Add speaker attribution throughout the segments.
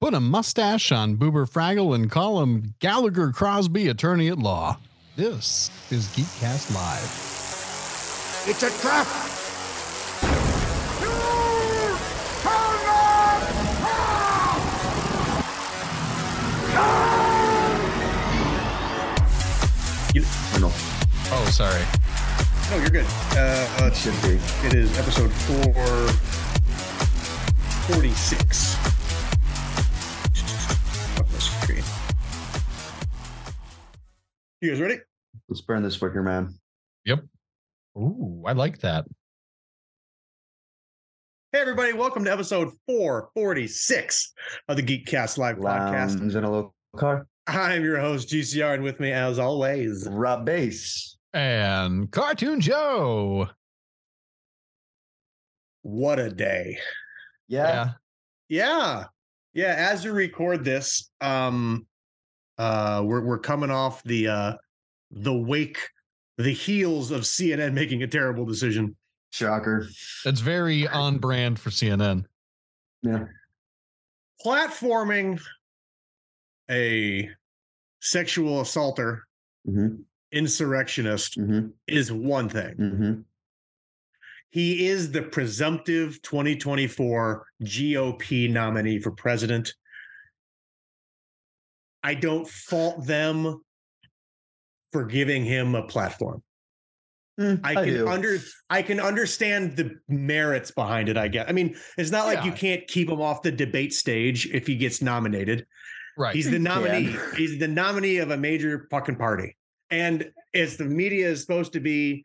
Speaker 1: Put a mustache on Boober Fraggle and call him Gallagher Crosby, attorney at law. This is Geekcast Live.
Speaker 2: It's a trap!
Speaker 3: You, or no.
Speaker 1: Oh, sorry.
Speaker 2: No, you're good. Uh, let's see.
Speaker 3: Should be.
Speaker 2: It is episode 446. Up the screen. You guys ready?
Speaker 3: Let's burn this wicker man.
Speaker 1: Ooh, I like that.
Speaker 2: Hey, everybody, welcome to episode 446 of the Geekcast Live podcast.
Speaker 3: Lounge in a local car.
Speaker 2: I'm your host, GCR, and with me, as always,
Speaker 3: Rob Bass.
Speaker 1: And Cartoon Joe.
Speaker 2: what a day.
Speaker 3: Yeah.
Speaker 2: Yeah. Yeah. As we record this, um uh we're we're coming off the uh the wake, the heels of CNN making a terrible decision.
Speaker 3: Shocker.
Speaker 1: That's very on brand for CNN.
Speaker 3: Yeah.
Speaker 2: Platforming a sexual assaulter,
Speaker 3: Mm-hmm.
Speaker 2: insurrectionist
Speaker 3: Mm-hmm.
Speaker 2: is one thing.
Speaker 3: Mm-hmm.
Speaker 2: He is the presumptive 2024 GOP nominee for president. I don't fault them for giving him a platform. I can
Speaker 3: Mm, do.
Speaker 2: under I can understand the merits behind it, I guess. I mean, it's not like you
Speaker 1: Yeah.
Speaker 2: can't keep him off the debate stage if he gets nominated.
Speaker 1: Right.
Speaker 2: He's the
Speaker 3: You can.
Speaker 2: nominee. He's the nominee of a major fucking party. And as the media is supposed to be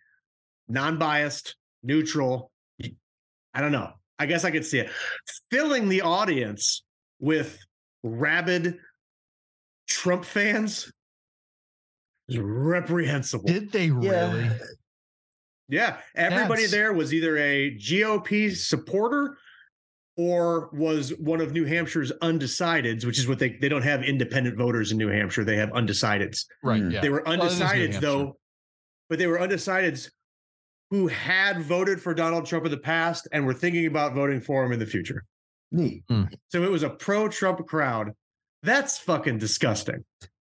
Speaker 2: non-biased, neutral, I don't know. I guess I could see it. Filling the audience with rabid Trump fans is reprehensible.
Speaker 1: Did they
Speaker 3: Yeah.
Speaker 1: really?
Speaker 2: Yeah, everybody
Speaker 1: That's-
Speaker 2: there was either a GOP supporter or was one of New Hampshire's undecideds, which is what they they don't have independent voters in New Hampshire. They have undecideds.
Speaker 1: Right.
Speaker 3: Mm.
Speaker 1: Yeah.
Speaker 2: They were
Speaker 1: it is New
Speaker 2: undecideds
Speaker 1: Hampshire.
Speaker 2: though, but they were undecideds who had voted for Donald Trump in the past and were thinking about voting for him in the future.
Speaker 3: Neat.
Speaker 2: So it was a pro Trump crowd. That's fucking disgusting.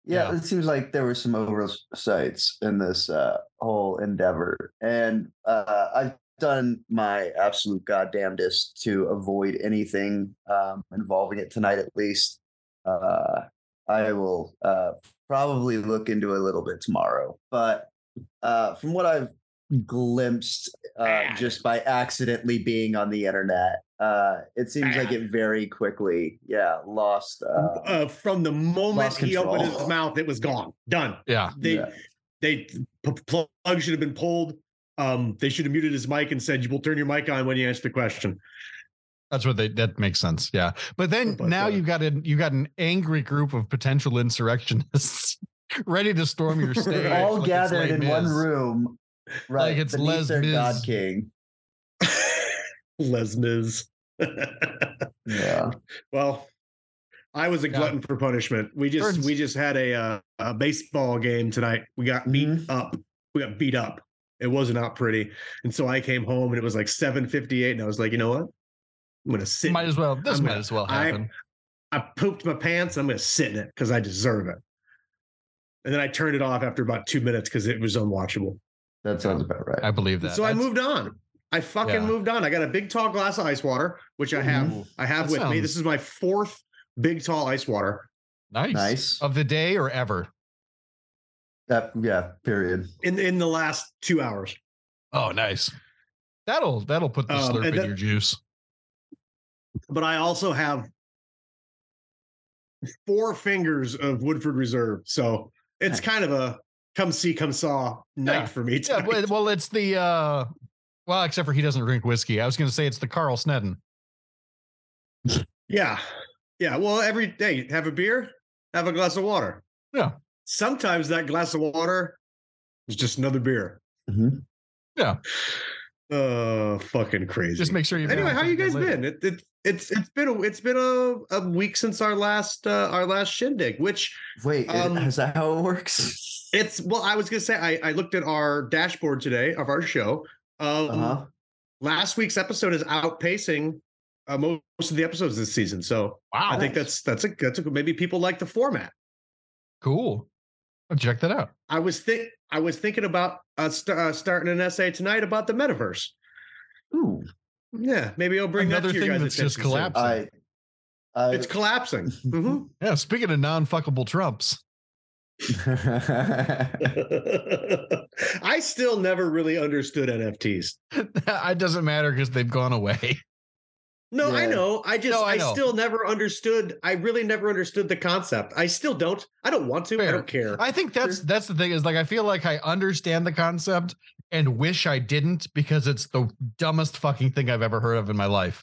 Speaker 3: Yeah,
Speaker 1: Yeah.
Speaker 3: it seems like there were some oversights in this uh, whole endeavor, and uh, I've done my absolute goddamnedest to avoid anything um, involving it tonight, at least. Uh, I will uh, probably look into it a little bit tomorrow, but uh, from what I've glimpsed uh,
Speaker 2: Bad.
Speaker 3: just by accidentally being on the internet, uh, it seems like
Speaker 2: Bad.
Speaker 3: it very quickly, yeah, lost. Uh,
Speaker 2: Uh, from the moment
Speaker 3: Lost
Speaker 2: he opened
Speaker 3: control.
Speaker 2: his mouth, it was gone. Done.
Speaker 1: Yeah.
Speaker 2: They
Speaker 3: yeah.
Speaker 2: they p- plug should have been pulled. Um, they should have muted his mic and said, "You will turn your mic on when you answer the question."
Speaker 1: That's what they that makes sense. Yeah. But then
Speaker 2: But,
Speaker 1: now
Speaker 2: uh,
Speaker 1: you've got an you got an angry group of potential insurrectionists ready to storm your stage.
Speaker 3: all
Speaker 1: like it's
Speaker 3: gathered
Speaker 1: Les
Speaker 3: in one
Speaker 1: Mis.
Speaker 3: room, right?
Speaker 1: Like it's
Speaker 3: beneath
Speaker 1: Les
Speaker 3: their God
Speaker 1: Mis.
Speaker 3: King.
Speaker 2: Les Mis.
Speaker 3: Yeah,
Speaker 2: well, I was a
Speaker 1: Yeah.
Speaker 2: glutton for punishment. We just
Speaker 1: Turns-
Speaker 2: we just had a uh, a baseball game tonight. We got beat
Speaker 1: Mm-hmm.
Speaker 3: Mhm.
Speaker 2: up. We got beat up. It wasn't out pretty, and so I came home and it was like seven fifty eight, and I was like, you know what? I'm gonna sit.
Speaker 1: Might as well. This
Speaker 2: I'm
Speaker 1: might
Speaker 2: gonna-
Speaker 1: as well
Speaker 2: I-
Speaker 1: happen.
Speaker 2: I pooped my pants. I'm going to sit in it because I deserve it. And then I turned it off after about two minutes because it was unwatchable.
Speaker 3: that sounds about right.
Speaker 1: I, believe that.
Speaker 2: so I
Speaker 1: That's-
Speaker 2: moved on. I fucking
Speaker 1: Yeah.
Speaker 2: moved on. I got a big tall glass of ice water, which I have.
Speaker 3: Mhm.
Speaker 2: I have
Speaker 1: That
Speaker 2: with me. This
Speaker 1: sounds-
Speaker 2: is my fourth big tall ice water
Speaker 1: Nice.
Speaker 3: Nice.
Speaker 1: Of the day or ever.
Speaker 3: That- yeah. Period.
Speaker 2: in in the last two hours.
Speaker 1: Oh, nice. That'll that'll put the
Speaker 2: Um,
Speaker 1: slurp in
Speaker 2: and that-
Speaker 1: your juice.
Speaker 2: But I also have four fingers of Woodford Reserve. So it's
Speaker 3: Nice.
Speaker 2: kind of a come see, come saw night
Speaker 1: Yeah.
Speaker 2: for me.
Speaker 1: Yeah,
Speaker 2: tonight.
Speaker 1: well, well, it's the uh well, except for he doesn't drink whiskey. I was gonna say it's the Carl Sneddon.
Speaker 2: Yeah. Yeah. Well, every day, have a beer, have a glass of water.
Speaker 1: Yeah.
Speaker 2: Sometimes that glass of water is just another beer.
Speaker 3: Mhm.
Speaker 2: Uh, fucking crazy.
Speaker 1: Just make sure you
Speaker 2: anyway, how you guys been? It, it, it's it's been a, it's been a, a week since our last uh, our last shindig, which
Speaker 3: Wait, i-
Speaker 2: Um,
Speaker 3: is that how it works?
Speaker 2: it's well, I was gonna say I, I looked at our dashboard today of our show. Um,
Speaker 1: Uh-huh.
Speaker 3: Uh huh.
Speaker 2: last week's episode is outpacing uh, uh, most of the episodes this season. So
Speaker 1: Wow.
Speaker 2: I think that's that's a that's a, maybe people like the format.
Speaker 1: cool. I'll check that out.
Speaker 2: I was think I was thinking about uh, st- uh, starting an essay tonight about the metaverse.
Speaker 3: Ooh,
Speaker 2: Yeah, maybe I'll bring
Speaker 1: Another
Speaker 2: that to
Speaker 1: thing
Speaker 2: you guys.
Speaker 1: that's just
Speaker 2: attention soon.
Speaker 1: collapsed.
Speaker 3: I, I,
Speaker 2: It's collapsing. Mhm.
Speaker 1: Yeah. Speaking of non fuckable Trumps,
Speaker 2: Mm-hmm. I still never really understood NFTs.
Speaker 1: it doesn't matter because they've gone away.
Speaker 2: No, I
Speaker 3: Yeah.
Speaker 2: know. I just
Speaker 1: No, I
Speaker 2: I,
Speaker 1: know.
Speaker 2: still never understood. I really never understood the concept. I still don't. I don't want to.
Speaker 1: Fair.
Speaker 2: I don't care.
Speaker 1: I think that's that's the thing is like I feel like I understand the concept and wish I didn't because it's the dumbest fucking thing I've ever heard of in my life.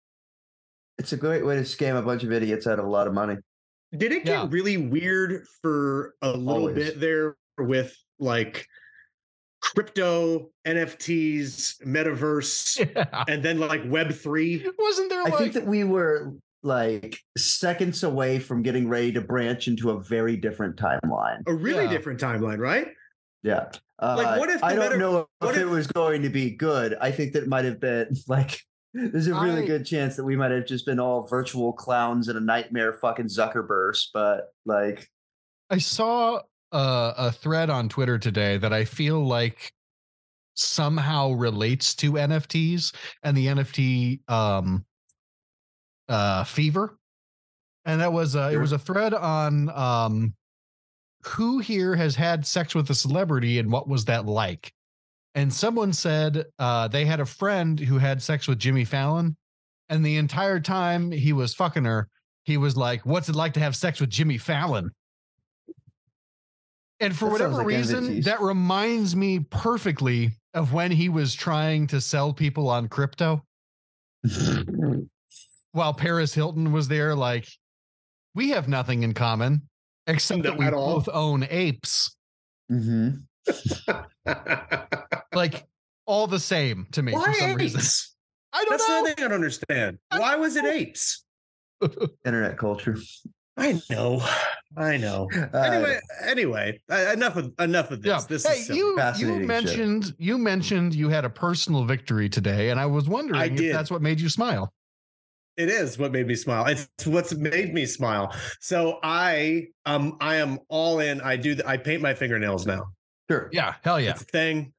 Speaker 3: it's a great way to scam a bunch of idiots out of a lot of money.
Speaker 2: Did it get
Speaker 1: Yeah.
Speaker 2: really weird for a little
Speaker 3: Always.
Speaker 2: bit there with like crypto, NFTs, metaverse,
Speaker 1: Yeah.
Speaker 2: and then like Web three?
Speaker 1: Wasn't there
Speaker 3: I
Speaker 1: like
Speaker 3: think that we were like seconds away from getting ready to branch into a very different timeline.
Speaker 2: A really
Speaker 1: Yeah.
Speaker 2: different timeline, right?
Speaker 3: Yeah. Uh,
Speaker 2: Like, what if the
Speaker 3: I don't
Speaker 2: meta-
Speaker 3: know
Speaker 2: what
Speaker 3: if,
Speaker 2: if-
Speaker 3: it was going to be good? I think that might have been like there's a really
Speaker 1: I-
Speaker 3: good chance that we might have just been all virtual clowns in a nightmare fucking Zuckerverse, but like
Speaker 1: I saw a, a thread on Twitter today that I feel like somehow relates to NFTs and the NFT um, uh, fever. And that was uh, it
Speaker 3: Sure.
Speaker 1: was a thread on um, who here has had sex with a celebrity and what was that like. And someone said uh, they had a friend who had sex with Jimmy Fallon, and the entire time he was fucking her, he was like, "What's it like to have sex with Jimmy Fallon?" And for
Speaker 3: That sounds
Speaker 1: whatever
Speaker 3: like
Speaker 1: reason,
Speaker 3: NFTs.
Speaker 1: that reminds me perfectly of when he was trying to sell people on crypto
Speaker 3: mm-hmm.
Speaker 1: while Paris Hilton was there. Like, we have nothing in common except
Speaker 2: No,
Speaker 1: that we
Speaker 2: at all.
Speaker 1: both own apes.
Speaker 3: Mhm.
Speaker 1: Like, all the same to me for
Speaker 2: Why
Speaker 1: some reason.
Speaker 2: apes?
Speaker 1: I don't
Speaker 2: That's the
Speaker 1: know.
Speaker 2: other thing I don't understand.
Speaker 1: I
Speaker 2: Why was it apes?
Speaker 3: internet culture.
Speaker 2: I know. I know.
Speaker 3: Uh,
Speaker 2: Anyway, anyway, uh, enough of enough of this.
Speaker 1: Yeah.
Speaker 2: This
Speaker 1: hey,
Speaker 2: is silly.
Speaker 1: you you
Speaker 3: Fascinating shit.
Speaker 1: mentioned you mentioned you had a personal victory today, and I was wondering
Speaker 2: I
Speaker 1: if
Speaker 2: did.
Speaker 1: that's what made you smile.
Speaker 2: it is what made me smile it's what's made me smile so i um i am all in i do i paint my fingernails now
Speaker 3: sure.
Speaker 1: Yeah, hell yeah,
Speaker 2: it's a thing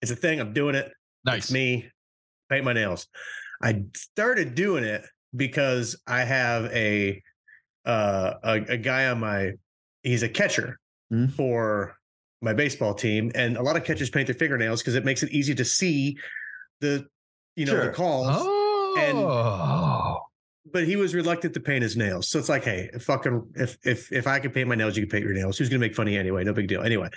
Speaker 2: it's a thing i'm doing it it's me paint my nails i started doing it because i have a uh a, a guy on my he's a catcher
Speaker 3: Mhm.
Speaker 2: for my baseball team and a lot of catchers paint their fingernails because it makes it easy to see the you know the
Speaker 3: Sure.
Speaker 2: calls
Speaker 1: Oh,
Speaker 2: but he was reluctant to paint his nails. So it's like, hey, if fucking if if if I can paint my nails, you can paint your nails. Who's gonna make fun of you anyway? No big deal. Anyway,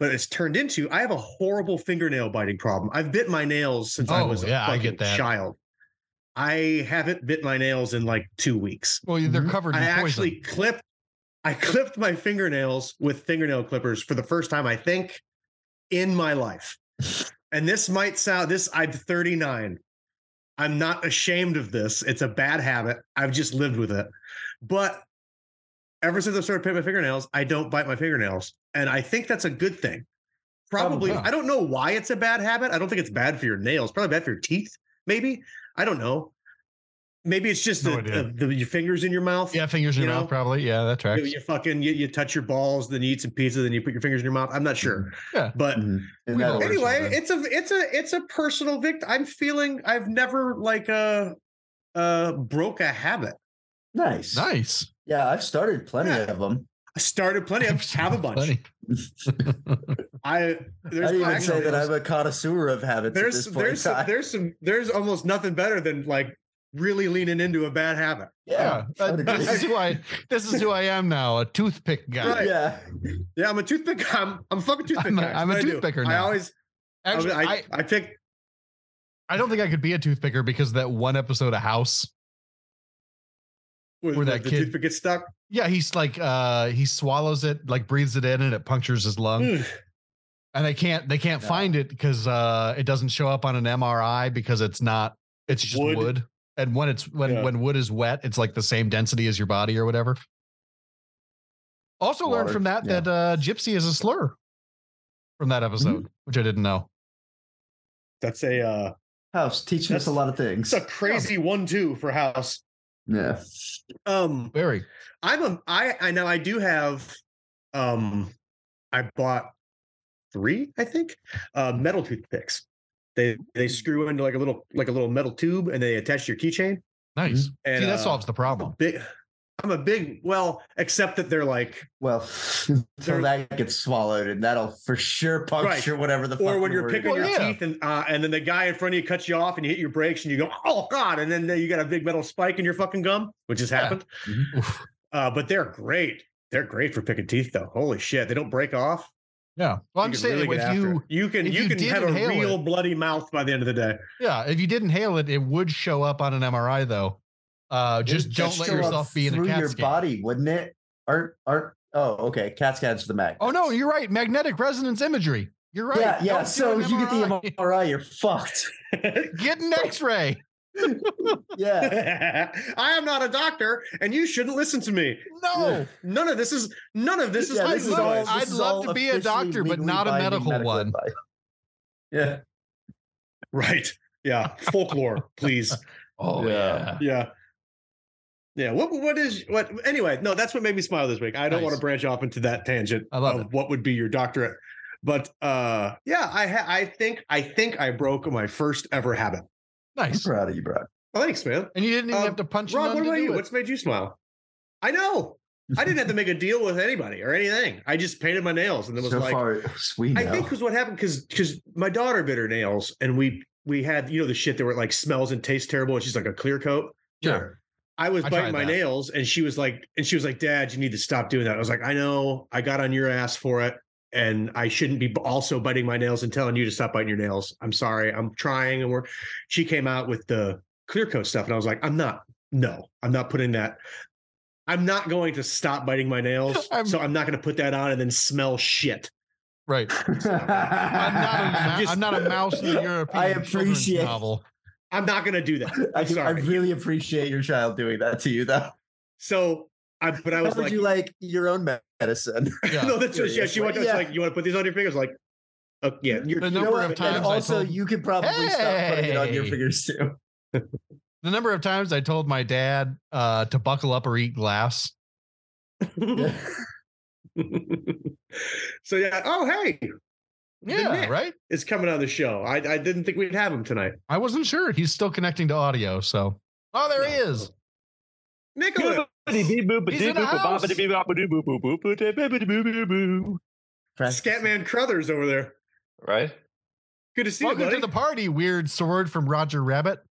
Speaker 2: but it's turned into I have a horrible fingernail biting problem. I've bit my nails since I
Speaker 1: Oh,
Speaker 2: was
Speaker 1: yeah,
Speaker 2: a
Speaker 1: I
Speaker 2: fucking
Speaker 1: get that.
Speaker 2: child. I haven't bit my nails in like two weeks.
Speaker 1: well, they're
Speaker 3: Mhm.
Speaker 1: covered in
Speaker 2: Mm-hmm. I
Speaker 1: poison.
Speaker 2: actually clipped I clipped my fingernails with fingernail clippers for the first time, I think, in my life. And this might sound this I'm 39. I'm not ashamed of this. It's a bad habit. I've just lived with it. But ever since I started painting my fingernails, I don't bite my fingernails. And I think that's a good thing.
Speaker 1: Oh,
Speaker 2: Probably,
Speaker 1: Probably.
Speaker 2: I don't know why it's a bad habit. I don't think it's bad for your nails, probably bad for your teeth, maybe. I don't know. Maybe it's just
Speaker 1: No
Speaker 2: the-
Speaker 1: idea.
Speaker 2: the- the- your fingers in your mouth.
Speaker 1: yeah, fingers in
Speaker 2: you
Speaker 1: your
Speaker 2: know,
Speaker 1: mouth, probably. Yeah, that
Speaker 2: You,
Speaker 1: tracks.
Speaker 2: you fucking you, you touch your balls, then you eat some pizza, then you put your fingers in your mouth. I'm not sure,
Speaker 1: Yeah.
Speaker 2: but
Speaker 3: Mhm. And
Speaker 1: We
Speaker 3: that
Speaker 1: all-
Speaker 3: works.
Speaker 2: anyway,
Speaker 1: then.
Speaker 2: it's a it's a it's a personal victim. I'm feeling I've never like uh uh broke a habit.
Speaker 3: nice.
Speaker 1: Nice.
Speaker 3: Yeah, I've started plenty
Speaker 2: Yeah.
Speaker 3: of them.
Speaker 2: I started plenty of have a bunch.
Speaker 1: Funny.
Speaker 2: I
Speaker 3: I
Speaker 2: there's
Speaker 3: didn't even say
Speaker 2: actually,
Speaker 3: that I'm a connoisseur of habits at
Speaker 2: there's
Speaker 3: this point.
Speaker 2: there's
Speaker 3: in
Speaker 2: some,
Speaker 3: time.
Speaker 2: there's some there's almost nothing better than like really leaning into a bad habit.
Speaker 1: Yeah,
Speaker 3: I
Speaker 1: uh,
Speaker 3: would
Speaker 1: this
Speaker 3: agree.
Speaker 1: is who I this is who I am now, a toothpick guy.
Speaker 2: Right.
Speaker 3: yeah.
Speaker 2: Yeah, I'm a toothpick. I'm I'm a fucking toothpick.
Speaker 1: I'm a-
Speaker 2: guy. It's
Speaker 1: I'm a
Speaker 2: what I do.
Speaker 1: toothpicker
Speaker 2: I
Speaker 1: now.
Speaker 2: always
Speaker 1: Actually,
Speaker 2: I, I,
Speaker 1: I,
Speaker 2: I pick
Speaker 1: I don't think I could be a toothpicker because that one episode of House.
Speaker 2: where,
Speaker 1: Where
Speaker 2: where
Speaker 1: that
Speaker 2: the
Speaker 1: kid-
Speaker 2: toothpick gets stuck.
Speaker 1: Yeah, he's like uh he swallows it, like breathes it in and it punctures his lung.
Speaker 2: Mm.
Speaker 1: and they can't they can't
Speaker 3: Yeah.
Speaker 1: find it because uh it doesn't show up on an MRI because it's not it's just wood,
Speaker 2: Wood.
Speaker 1: and when it's when
Speaker 2: Yeah.
Speaker 1: when wood is wet it's like the same density as your body or whatever. Also learned
Speaker 3: Water,
Speaker 1: from that
Speaker 3: yeah.
Speaker 1: that uh gypsy is a slur from that episode, which I didn't know.
Speaker 2: That's a uh
Speaker 3: House teaching us a lot of things.
Speaker 2: It's a crazy one-two for House.
Speaker 3: Yeah.
Speaker 2: Um,
Speaker 1: Very.
Speaker 2: I'm a I I know I do have um I bought three, I think, uh metal toothpicks. They they screw into like a little like a little metal tube and they attach to your keychain.
Speaker 1: Nice.
Speaker 2: And
Speaker 1: See, that
Speaker 2: uh,
Speaker 1: solves the problem.
Speaker 2: big I'm a big well, except that they're like
Speaker 3: Well, until
Speaker 2: There-
Speaker 3: that gets swallowed, and that'll for sure puncture whatever the.
Speaker 2: or
Speaker 3: fucking
Speaker 2: when you're
Speaker 3: word
Speaker 2: picking
Speaker 3: is.
Speaker 2: your
Speaker 1: Well, yeah.
Speaker 2: teeth and uh, and then the guy in front of you cuts you off and you hit your brakes and you go, oh god, and then you got a big metal spike in your fucking gum, which has
Speaker 1: Yeah. Mm-hmm.
Speaker 2: happened.
Speaker 1: Oof.
Speaker 2: Uh, but they're great. They're great for picking teeth though. Holy shit, they don't break off.
Speaker 1: Yeah. Well, I'm
Speaker 2: You can
Speaker 1: saying
Speaker 2: really get
Speaker 1: if
Speaker 2: after
Speaker 1: you
Speaker 2: it. you can
Speaker 1: if
Speaker 2: you,
Speaker 1: you
Speaker 2: can
Speaker 1: did
Speaker 2: have a
Speaker 1: inhale
Speaker 2: real
Speaker 1: it-
Speaker 2: bloody mouth by the end of the day.
Speaker 1: yeah, if you did inhale it, it would show up on an MRI though. Uh
Speaker 3: It'd
Speaker 1: just don't let
Speaker 3: show up
Speaker 1: yourself be in a
Speaker 3: through
Speaker 1: CAT
Speaker 3: your
Speaker 1: scan.
Speaker 3: body, wouldn't it? Aren't aren't? Oh, okay. CAT scans for the mag.
Speaker 1: Oh no, you're right. Magnetic resonance imagery. You're right.
Speaker 3: Yeah, yeah.
Speaker 1: Don't do
Speaker 3: So
Speaker 1: an
Speaker 3: if you get the MRI, you're fucked.
Speaker 1: Get an X-ray.
Speaker 3: Yeah.
Speaker 2: I am not a doctor, and you shouldn't listen to me.
Speaker 1: No,
Speaker 2: None of this is none of this is
Speaker 3: Yeah,
Speaker 2: my
Speaker 1: this is
Speaker 2: fault.
Speaker 1: all-
Speaker 3: this
Speaker 1: I'd
Speaker 3: is
Speaker 1: love
Speaker 3: all
Speaker 1: to be a
Speaker 3: officially
Speaker 1: doctor, but
Speaker 3: legally
Speaker 1: not a
Speaker 3: binding
Speaker 1: medical one.
Speaker 3: advice. Yeah.
Speaker 2: right. Yeah. Folklore, please.
Speaker 1: Oh
Speaker 3: Yeah.
Speaker 1: yeah.
Speaker 2: Yeah. Yeah. What what is what anyway, no, that's what made me smile this week. I don't
Speaker 1: Nice.
Speaker 2: want to branch off into that tangent
Speaker 1: I love
Speaker 2: of what would be your doctorate. But uh yeah, I ha- I think I think I broke my first ever habit.
Speaker 3: I'm
Speaker 1: Nice.
Speaker 3: proud of you, bro.
Speaker 2: Thanks, man.
Speaker 1: And you didn't even
Speaker 2: Um,
Speaker 1: have to punch
Speaker 2: Rob,
Speaker 1: none
Speaker 2: what
Speaker 1: to
Speaker 2: about
Speaker 1: do
Speaker 2: you?
Speaker 1: it.
Speaker 2: What's made you smile? I know. I didn't have to make a deal with anybody or anything. I just painted my nails and it was
Speaker 3: So
Speaker 2: like
Speaker 3: far, we know.
Speaker 2: I think was what happened because because my daughter bit her nails and we we had you know the shit that were like smells and tastes terrible and she's like a clear coat.
Speaker 1: Yeah.
Speaker 2: I was
Speaker 1: I
Speaker 2: biting
Speaker 1: tried
Speaker 2: my
Speaker 1: that.
Speaker 2: nails and she was like and she was like, Dad, you need to stop doing that. I was like, I know, I got on your ass for it. And I shouldn't be b- also biting my nails and telling you to stop biting your nails. I'm sorry. I'm trying. And we're she came out with the clear coat stuff. And I was like, I'm not, no, I'm not putting that. I'm not going to stop biting my nails.
Speaker 1: I'm-
Speaker 2: so I'm not going to put that on and then smell shit.
Speaker 1: Right. I'm not a, ma-
Speaker 2: Just-
Speaker 1: I'm not a mouse in the European
Speaker 3: I
Speaker 1: children's
Speaker 3: appreciate-
Speaker 1: novel.
Speaker 2: I'm not going to do that.
Speaker 3: I,
Speaker 2: I'm
Speaker 3: do- I
Speaker 2: sorry.
Speaker 3: really appreciate your child doing that to you, though.
Speaker 2: so I, but I
Speaker 3: How
Speaker 2: was
Speaker 3: would
Speaker 2: like,
Speaker 3: you like your own medicine?
Speaker 1: Yeah.
Speaker 2: no, that's what, yeah. She went,
Speaker 3: Yeah.
Speaker 2: yeah. like, you want to put these on your fingers? Like, uh, yeah, you're,
Speaker 1: The number
Speaker 2: you know
Speaker 1: of
Speaker 2: what?
Speaker 1: times
Speaker 3: and
Speaker 1: I
Speaker 3: also,
Speaker 1: told-
Speaker 3: you could probably stop putting it on your
Speaker 1: Hey!
Speaker 3: fingers too.
Speaker 1: The number of times I told my dad uh, to buckle up or eat glass.
Speaker 2: so yeah. Oh, hey,
Speaker 1: Yeah,
Speaker 2: Nick.
Speaker 1: right.
Speaker 2: it's coming on the show. I, I didn't think we'd have him tonight.
Speaker 1: I wasn't sure. He's still connecting to audio, so oh, there he is.
Speaker 2: Nicholas,
Speaker 1: He's in the house.
Speaker 4: Right?
Speaker 2: Scatman Crothers over there. Good to see
Speaker 1: Welcome to
Speaker 2: you,
Speaker 1: the
Speaker 2: buddy.
Speaker 1: party, weird sword from Roger Rabbit.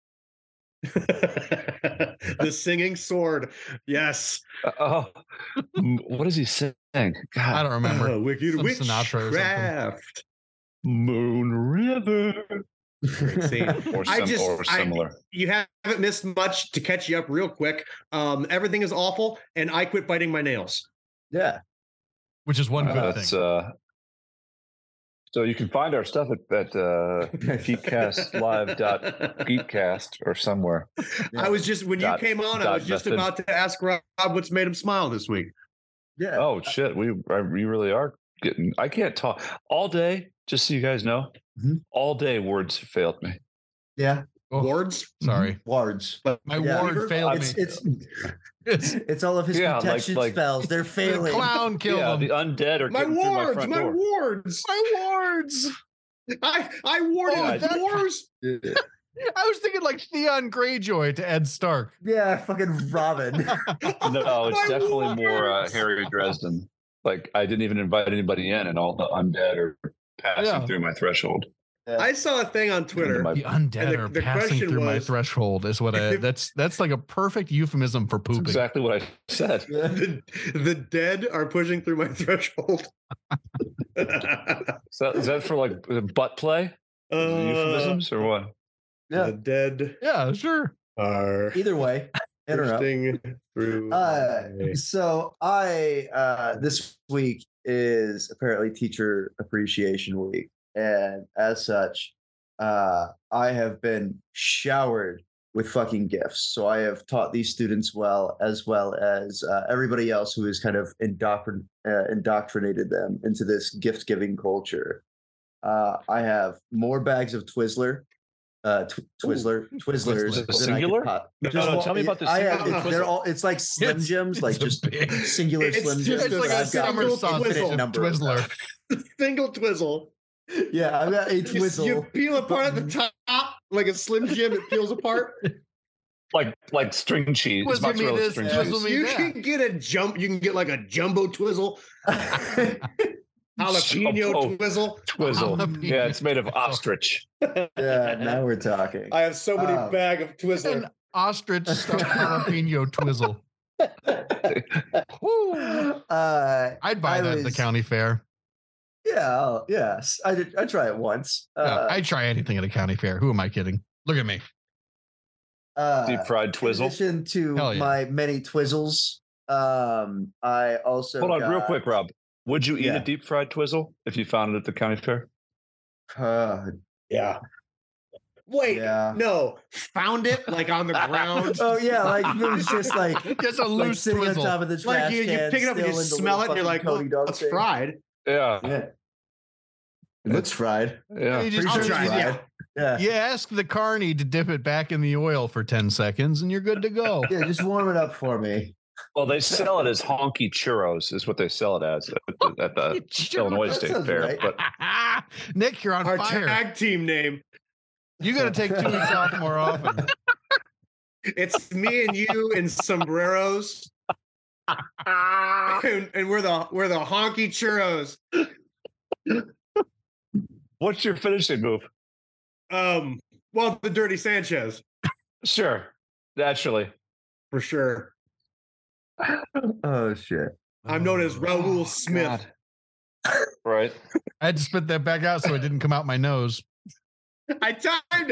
Speaker 2: The-, singing sword. Yes.
Speaker 4: Oh, m- what does he sing?
Speaker 1: I
Speaker 4: God,
Speaker 1: don't remember.
Speaker 2: Uh, wicked
Speaker 1: Some Sinatra or something.
Speaker 2: witchcraft.
Speaker 4: Moon River,
Speaker 2: Great scene.
Speaker 4: or,
Speaker 2: I
Speaker 4: some,
Speaker 2: just-
Speaker 4: or
Speaker 2: I-
Speaker 4: similar.
Speaker 2: you haven't missed much to catch you up real quick. Um, everything is awful, and I quit biting my nails.
Speaker 3: Yeah.
Speaker 1: which is one
Speaker 4: Uh,
Speaker 1: good
Speaker 4: that's,
Speaker 1: thing.
Speaker 4: uh, so you can find our stuff at, at uh, geekcastlive.geekcast or somewhere.
Speaker 2: I was just when you
Speaker 4: Dot-
Speaker 2: came on, I
Speaker 4: dot
Speaker 2: was just
Speaker 4: method.
Speaker 2: about to ask Rob what's made him smile this week.
Speaker 3: Yeah.
Speaker 4: Oh shit, we I, we really are getting. I can't talk all day. Just so you guys know,
Speaker 2: Mm-hmm.
Speaker 3: Mhm.
Speaker 4: all day words failed me.
Speaker 3: Yeah.
Speaker 1: Oh.
Speaker 2: Wards.
Speaker 1: Sorry,
Speaker 3: Wards.
Speaker 1: my
Speaker 3: Yeah.
Speaker 1: ward failed
Speaker 3: It's
Speaker 1: me.
Speaker 3: it's
Speaker 1: It's,
Speaker 3: it's all of his
Speaker 4: Yeah, like-
Speaker 3: protection
Speaker 4: like-
Speaker 3: spells. They're
Speaker 1: the
Speaker 3: failing.
Speaker 1: clown killed
Speaker 4: yeah,
Speaker 1: him.
Speaker 4: the undead are
Speaker 2: My
Speaker 4: getting through my
Speaker 2: wards,
Speaker 4: front
Speaker 2: my
Speaker 4: door.
Speaker 2: wards.
Speaker 1: my wards.
Speaker 2: I I warded
Speaker 4: Oh,
Speaker 2: the
Speaker 4: that-
Speaker 2: dwarves.
Speaker 1: I was thinking like Theon Greyjoy to Ed Stark.
Speaker 3: Yeah, fucking Robin.
Speaker 4: No, it's
Speaker 2: My
Speaker 4: definitely more uh,
Speaker 2: wards.
Speaker 4: Harry Dresden. Like I didn't even invite anybody in, and all the undead are passing
Speaker 1: Yeah.
Speaker 4: through my threshold.
Speaker 2: I saw a thing on Twitter.
Speaker 4: Into my-
Speaker 1: The undead
Speaker 2: And the-
Speaker 1: are
Speaker 2: the
Speaker 1: passing
Speaker 2: question
Speaker 1: through my
Speaker 2: was-
Speaker 1: threshold is what I. That's that's like a perfect euphemism for
Speaker 4: That's
Speaker 1: pooping.
Speaker 4: exactly what I said.
Speaker 3: Yeah.
Speaker 2: The, the dead are pushing through my threshold.
Speaker 4: Is that, is that for like uh, butt play
Speaker 2: Uh,
Speaker 4: euphemisms or what?
Speaker 3: Yeah.
Speaker 2: The dead
Speaker 1: Yeah, sure.
Speaker 2: are
Speaker 3: Either way, interrupt.
Speaker 2: bursting through. my-
Speaker 3: Uh, so I uh, this week is apparently Teacher Appreciation Week, and as such, uh, I have been showered with fucking gifts. So I have taught these students well, as well as uh, everybody else who has kind of indoctrin- uh, indoctrinated them into this gift giving culture. Uh, I have more bags of Twizzler uh, tw- Twizzler, Twizzlers.
Speaker 1: Twizzler.
Speaker 3: then I could
Speaker 4: Singular?
Speaker 3: pop-
Speaker 2: No,
Speaker 3: Just
Speaker 4: no,
Speaker 3: one-
Speaker 4: tell me about the
Speaker 3: I,
Speaker 2: singular
Speaker 3: it's- they're
Speaker 2: Twizzler.
Speaker 3: all. It's like Slim
Speaker 1: It's-
Speaker 3: Jims, like
Speaker 1: it's a
Speaker 3: just
Speaker 1: big-
Speaker 3: singular
Speaker 2: It's
Speaker 3: Slim
Speaker 2: just
Speaker 3: Jims.
Speaker 1: It's like
Speaker 3: but
Speaker 1: a
Speaker 3: I've got
Speaker 1: summer
Speaker 2: single
Speaker 1: sausage
Speaker 2: Twizzle.
Speaker 1: number.
Speaker 3: number.
Speaker 1: Twizzler.
Speaker 2: Single twizzle.
Speaker 3: Yeah, I've got a
Speaker 2: You,
Speaker 3: Twizzle.
Speaker 2: you peel apart at the top like a Slim Jim. It peels apart.
Speaker 4: Like like string cheese.
Speaker 1: Twizzle me
Speaker 4: mozzarella
Speaker 1: this,
Speaker 4: string
Speaker 1: twizzle
Speaker 4: cheese.
Speaker 1: me-
Speaker 2: You
Speaker 1: that.
Speaker 2: can get a jump. You can get like a jumbo twizzle, jalapeno
Speaker 4: Oh, oh.
Speaker 2: twizzle.
Speaker 4: Twizzle. Yeah, it's made of ostrich.
Speaker 3: yeah, now we're talking.
Speaker 2: I have so many
Speaker 3: Ah.
Speaker 2: bag of twizzler.
Speaker 1: An ostrich stuffed jalapeno twizzle. Woo.
Speaker 3: uh,
Speaker 1: I'd buy
Speaker 3: I
Speaker 1: that at the
Speaker 3: was-
Speaker 1: county fair.
Speaker 3: yeah, I'll- yes, I did. I try it once.
Speaker 1: Yeah,
Speaker 3: Uh,
Speaker 1: I'd try anything at a county fair. Who am I kidding? Look at me.
Speaker 3: uh,
Speaker 4: Deep fried
Speaker 3: In
Speaker 4: twizzle.
Speaker 3: addition to
Speaker 1: Hell yeah.
Speaker 3: my many twizzles, um, I also
Speaker 4: Hold on, real
Speaker 3: got-
Speaker 4: quick, Rob. Would you eat
Speaker 3: Yeah.
Speaker 4: a deep fried twizzle if you found it at the county fair?
Speaker 3: Uh,
Speaker 2: Yeah. Wait,
Speaker 3: yeah.
Speaker 2: no. Found it like on the ground.
Speaker 3: Oh yeah, like it was just like
Speaker 1: Just a
Speaker 3: like
Speaker 1: loose
Speaker 3: sitting on
Speaker 1: twizzle.
Speaker 3: top of the trash
Speaker 2: like you, you
Speaker 3: can,
Speaker 2: pick it up and you
Speaker 3: still in the
Speaker 2: smell it
Speaker 3: little
Speaker 2: and you're
Speaker 3: fucking
Speaker 2: like, well,
Speaker 3: Coney dog
Speaker 2: it's
Speaker 3: thing."
Speaker 2: fried.
Speaker 4: Yeah,
Speaker 3: Yeah, Uh, it looks fried.
Speaker 4: yeah.
Speaker 1: You just-
Speaker 3: Pretty
Speaker 1: I'll
Speaker 3: sure
Speaker 1: try
Speaker 3: it's
Speaker 1: it.
Speaker 2: yeah.
Speaker 3: fried. Yeah.
Speaker 1: You ask the carny to dip it back in the oil for 10 seconds and you're good to go.
Speaker 3: yeah, just warm it up for me.
Speaker 4: Well, they sell it as honky churros, is what they sell it as at the, at the Illinois
Speaker 3: That
Speaker 4: State
Speaker 3: sounds
Speaker 4: Fair.
Speaker 3: right.
Speaker 4: But
Speaker 1: Nick, you're on
Speaker 2: Our
Speaker 1: fire.
Speaker 2: tag team name.
Speaker 1: You got to take two weeks off more often.
Speaker 2: It's me and you in sombreros. and, and we're the we're the honky churros.
Speaker 4: what's your finishing move?
Speaker 2: Um, well, the dirty Sanchez
Speaker 4: Sure, naturally.
Speaker 2: for sure.
Speaker 3: Oh shit.
Speaker 2: I'm known
Speaker 3: Oh,
Speaker 2: as Raul Smith.
Speaker 4: Right.
Speaker 1: I had to spit that back out so it didn't come out my nose.
Speaker 2: I timed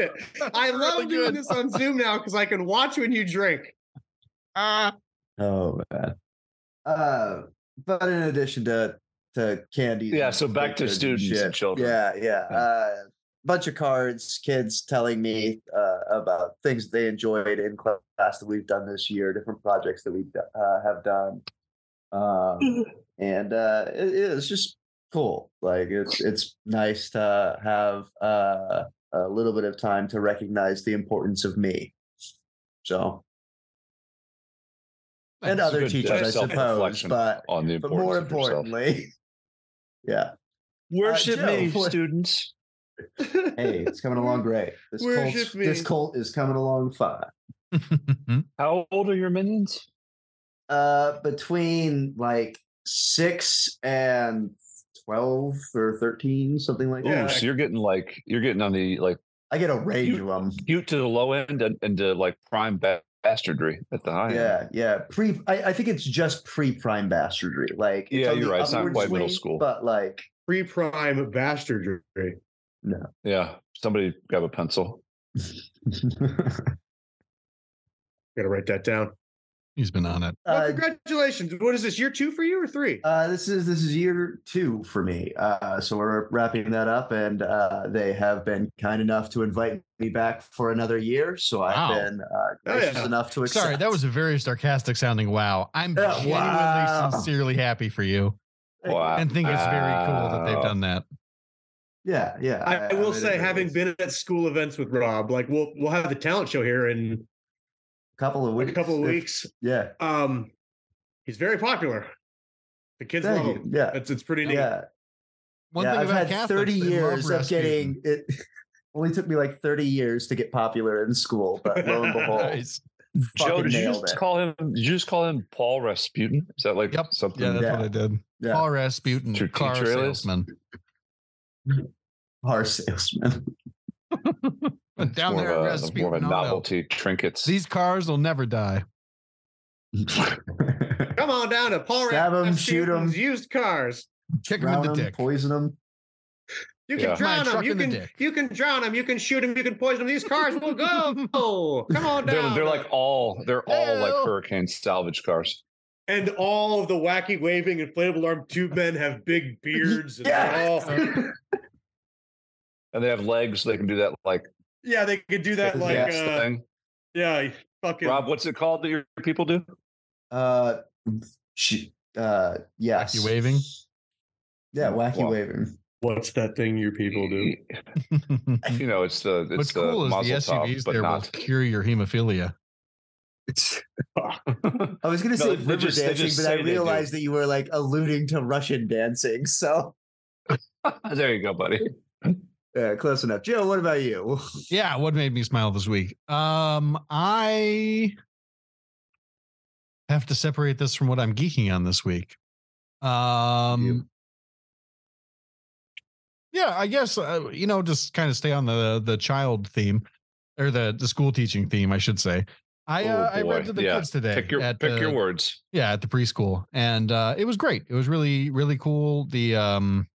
Speaker 2: it. I love
Speaker 1: Really
Speaker 2: doing
Speaker 1: good.
Speaker 2: this on Zoom now because I can watch when you drink. Uh,
Speaker 1: Ah,
Speaker 3: Oh man. Uh, but in addition to to candy,
Speaker 4: Yeah, so back to students and children.
Speaker 3: Yeah, yeah.
Speaker 4: Yeah.
Speaker 3: Uh, bunch of cards, kids telling me uh, about things they enjoyed in class that we've done this year, different projects that we uh, have done, um, and uh, it, it's just cool. Like it's it's nice to have uh, a little bit of time to recognize the importance of me. So and
Speaker 4: It's
Speaker 3: other
Speaker 4: good to
Speaker 3: teachers,
Speaker 4: have
Speaker 3: I suppose,
Speaker 4: self-reflection
Speaker 3: but
Speaker 4: on the
Speaker 3: but
Speaker 4: importance
Speaker 3: more
Speaker 4: of yourself.
Speaker 3: importantly, yeah.
Speaker 4: Worship
Speaker 3: Joe,
Speaker 4: me,
Speaker 3: what-
Speaker 4: students.
Speaker 3: Hey, it's coming along great. This
Speaker 2: Worship
Speaker 3: cult,
Speaker 2: me.
Speaker 3: this cult is coming along fine.
Speaker 4: How old are your minions?
Speaker 3: Uh, between like six and twelve or thirteen, something like
Speaker 4: Ooh,
Speaker 3: that.
Speaker 4: so you're getting like you're getting on the like
Speaker 3: I get a range of
Speaker 4: You-
Speaker 3: them.
Speaker 4: cute to the low end and, and to like prime ba- bastardry at the high end.
Speaker 3: Yeah, yeah. Pre, I, I think it's just pre-prime bastardry. Like, it's
Speaker 4: Yeah,
Speaker 3: on
Speaker 4: you're
Speaker 3: the
Speaker 4: right. It's not
Speaker 3: upward
Speaker 4: quite middle school.
Speaker 3: but like,
Speaker 2: Pre prime bastardry.
Speaker 4: Yeah. Somebody grab a pencil.
Speaker 2: Gotta write that down.
Speaker 1: he's been on it.
Speaker 2: Well,
Speaker 3: uh,
Speaker 2: congratulations. What is this? Year two for you or three?
Speaker 3: Uh, this is this is year two for me. Uh, so we're wrapping that up, and uh, they have been kind enough to invite me back for another year. So I've
Speaker 1: Wow. Oh,
Speaker 3: been uh, gracious
Speaker 2: yeah.
Speaker 3: enough to accept.
Speaker 1: Sorry, that was a very sarcastic sounding wow. I'm
Speaker 3: Yeah,
Speaker 1: genuinely,
Speaker 3: wow. Uh,
Speaker 1: sincerely happy for you and think it's very cool that they've done that.
Speaker 3: Yeah, yeah.
Speaker 2: I, I will
Speaker 3: mean,
Speaker 2: say,
Speaker 3: it
Speaker 2: having
Speaker 3: is.
Speaker 2: been at school events with Rob, like we'll we'll have the talent show here in
Speaker 3: a couple of
Speaker 2: a
Speaker 3: weeks,
Speaker 2: couple of
Speaker 3: if-
Speaker 2: weeks.
Speaker 3: yeah,
Speaker 2: Um, he's very popular. The kids
Speaker 3: Thank
Speaker 2: love
Speaker 3: you.
Speaker 2: him.
Speaker 3: yeah,
Speaker 2: It's it's pretty neat.
Speaker 3: yeah.
Speaker 1: One
Speaker 3: yeah,
Speaker 1: thing
Speaker 3: I've
Speaker 1: about
Speaker 3: had
Speaker 1: Catholics,
Speaker 3: 30
Speaker 1: they love
Speaker 3: years of
Speaker 1: Rasputin.
Speaker 3: getting it. Only took me like 30 years to get popular in school, but lo and behold,
Speaker 1: Nice.
Speaker 4: Ah. Joe,
Speaker 3: fucking
Speaker 4: did you
Speaker 3: nailed
Speaker 4: just
Speaker 3: it.
Speaker 4: call him did you just call him Paul Rasputin? Is that like
Speaker 1: Yep.
Speaker 4: something?
Speaker 1: Yeah, that's
Speaker 3: Yeah.
Speaker 1: what I did.
Speaker 3: Yeah.
Speaker 1: Paul Rasputin,
Speaker 4: Your
Speaker 1: car
Speaker 4: teacher alias?
Speaker 1: salesman.
Speaker 3: car salesman.
Speaker 4: it's
Speaker 1: Down
Speaker 4: Hmm, more
Speaker 1: there at
Speaker 4: of a-
Speaker 1: Rasputin
Speaker 4: more of a
Speaker 1: Auto.
Speaker 4: novelty trinkets.
Speaker 1: These cars will never die.
Speaker 2: Come on down to Paul
Speaker 3: Stab 'em,
Speaker 2: Rasmussen
Speaker 3: shoot 'em.
Speaker 2: used cars.
Speaker 1: Kick them
Speaker 3: Drown
Speaker 1: in the
Speaker 3: 'em,
Speaker 1: dick.
Speaker 3: poison them.
Speaker 2: You can
Speaker 4: Yeah.
Speaker 1: My
Speaker 2: drown them.
Speaker 1: truck
Speaker 2: You
Speaker 1: in the
Speaker 2: can
Speaker 1: dick.
Speaker 2: you can drown them. You can shoot them. You can poison them. These cars will go. Come on
Speaker 4: They're,
Speaker 2: down.
Speaker 4: they're like all they're all like
Speaker 1: Ew.
Speaker 4: hurricane salvage cars.
Speaker 2: and all of the wacky waving inflatable arm tube men have big beards. and
Speaker 3: Yeah.
Speaker 2: they're all-
Speaker 1: oh,
Speaker 4: And they have legs, they can do that like,
Speaker 2: yeah, they could do that
Speaker 3: Yes,
Speaker 2: like
Speaker 4: dance
Speaker 2: uh,
Speaker 4: thing.
Speaker 2: yeah, fucking
Speaker 4: Rob, what's it called that your people do?
Speaker 3: Uh, sh- uh, yes.
Speaker 1: oh. Wacky waving.
Speaker 3: Yeah, wacky
Speaker 4: Wow.
Speaker 3: waving.
Speaker 2: What's that thing your people do?
Speaker 4: You know, it's the it's
Speaker 1: What's
Speaker 4: the
Speaker 1: cool is the
Speaker 4: muzzle top,
Speaker 1: SUVs
Speaker 4: but
Speaker 1: there will
Speaker 4: not.
Speaker 1: cure your hemophilia.
Speaker 3: I was going to
Speaker 4: No,
Speaker 3: say
Speaker 4: they
Speaker 3: river
Speaker 4: just- they
Speaker 3: dancing,
Speaker 4: just
Speaker 3: but I
Speaker 4: say they do.
Speaker 3: realized that you were like alluding to Russian dancing. So
Speaker 4: there you go, buddy.
Speaker 3: yeah, close enough. Joe, what about you?
Speaker 1: Yeah, what made me smile this week? Um, I have to separate this from what I'm geeking on this week. Um,
Speaker 3: You.
Speaker 1: yeah, I guess uh, you know, just kind of stay on the the child theme or the the school teaching theme, I should say. I
Speaker 4: Oh,
Speaker 1: uh, I
Speaker 4: boy.
Speaker 1: read to the
Speaker 4: Yeah.
Speaker 1: kids today
Speaker 4: Pick your
Speaker 1: at
Speaker 4: pick
Speaker 1: the,
Speaker 4: your words.
Speaker 1: yeah at the preschool and uh it was great it was really really cool the um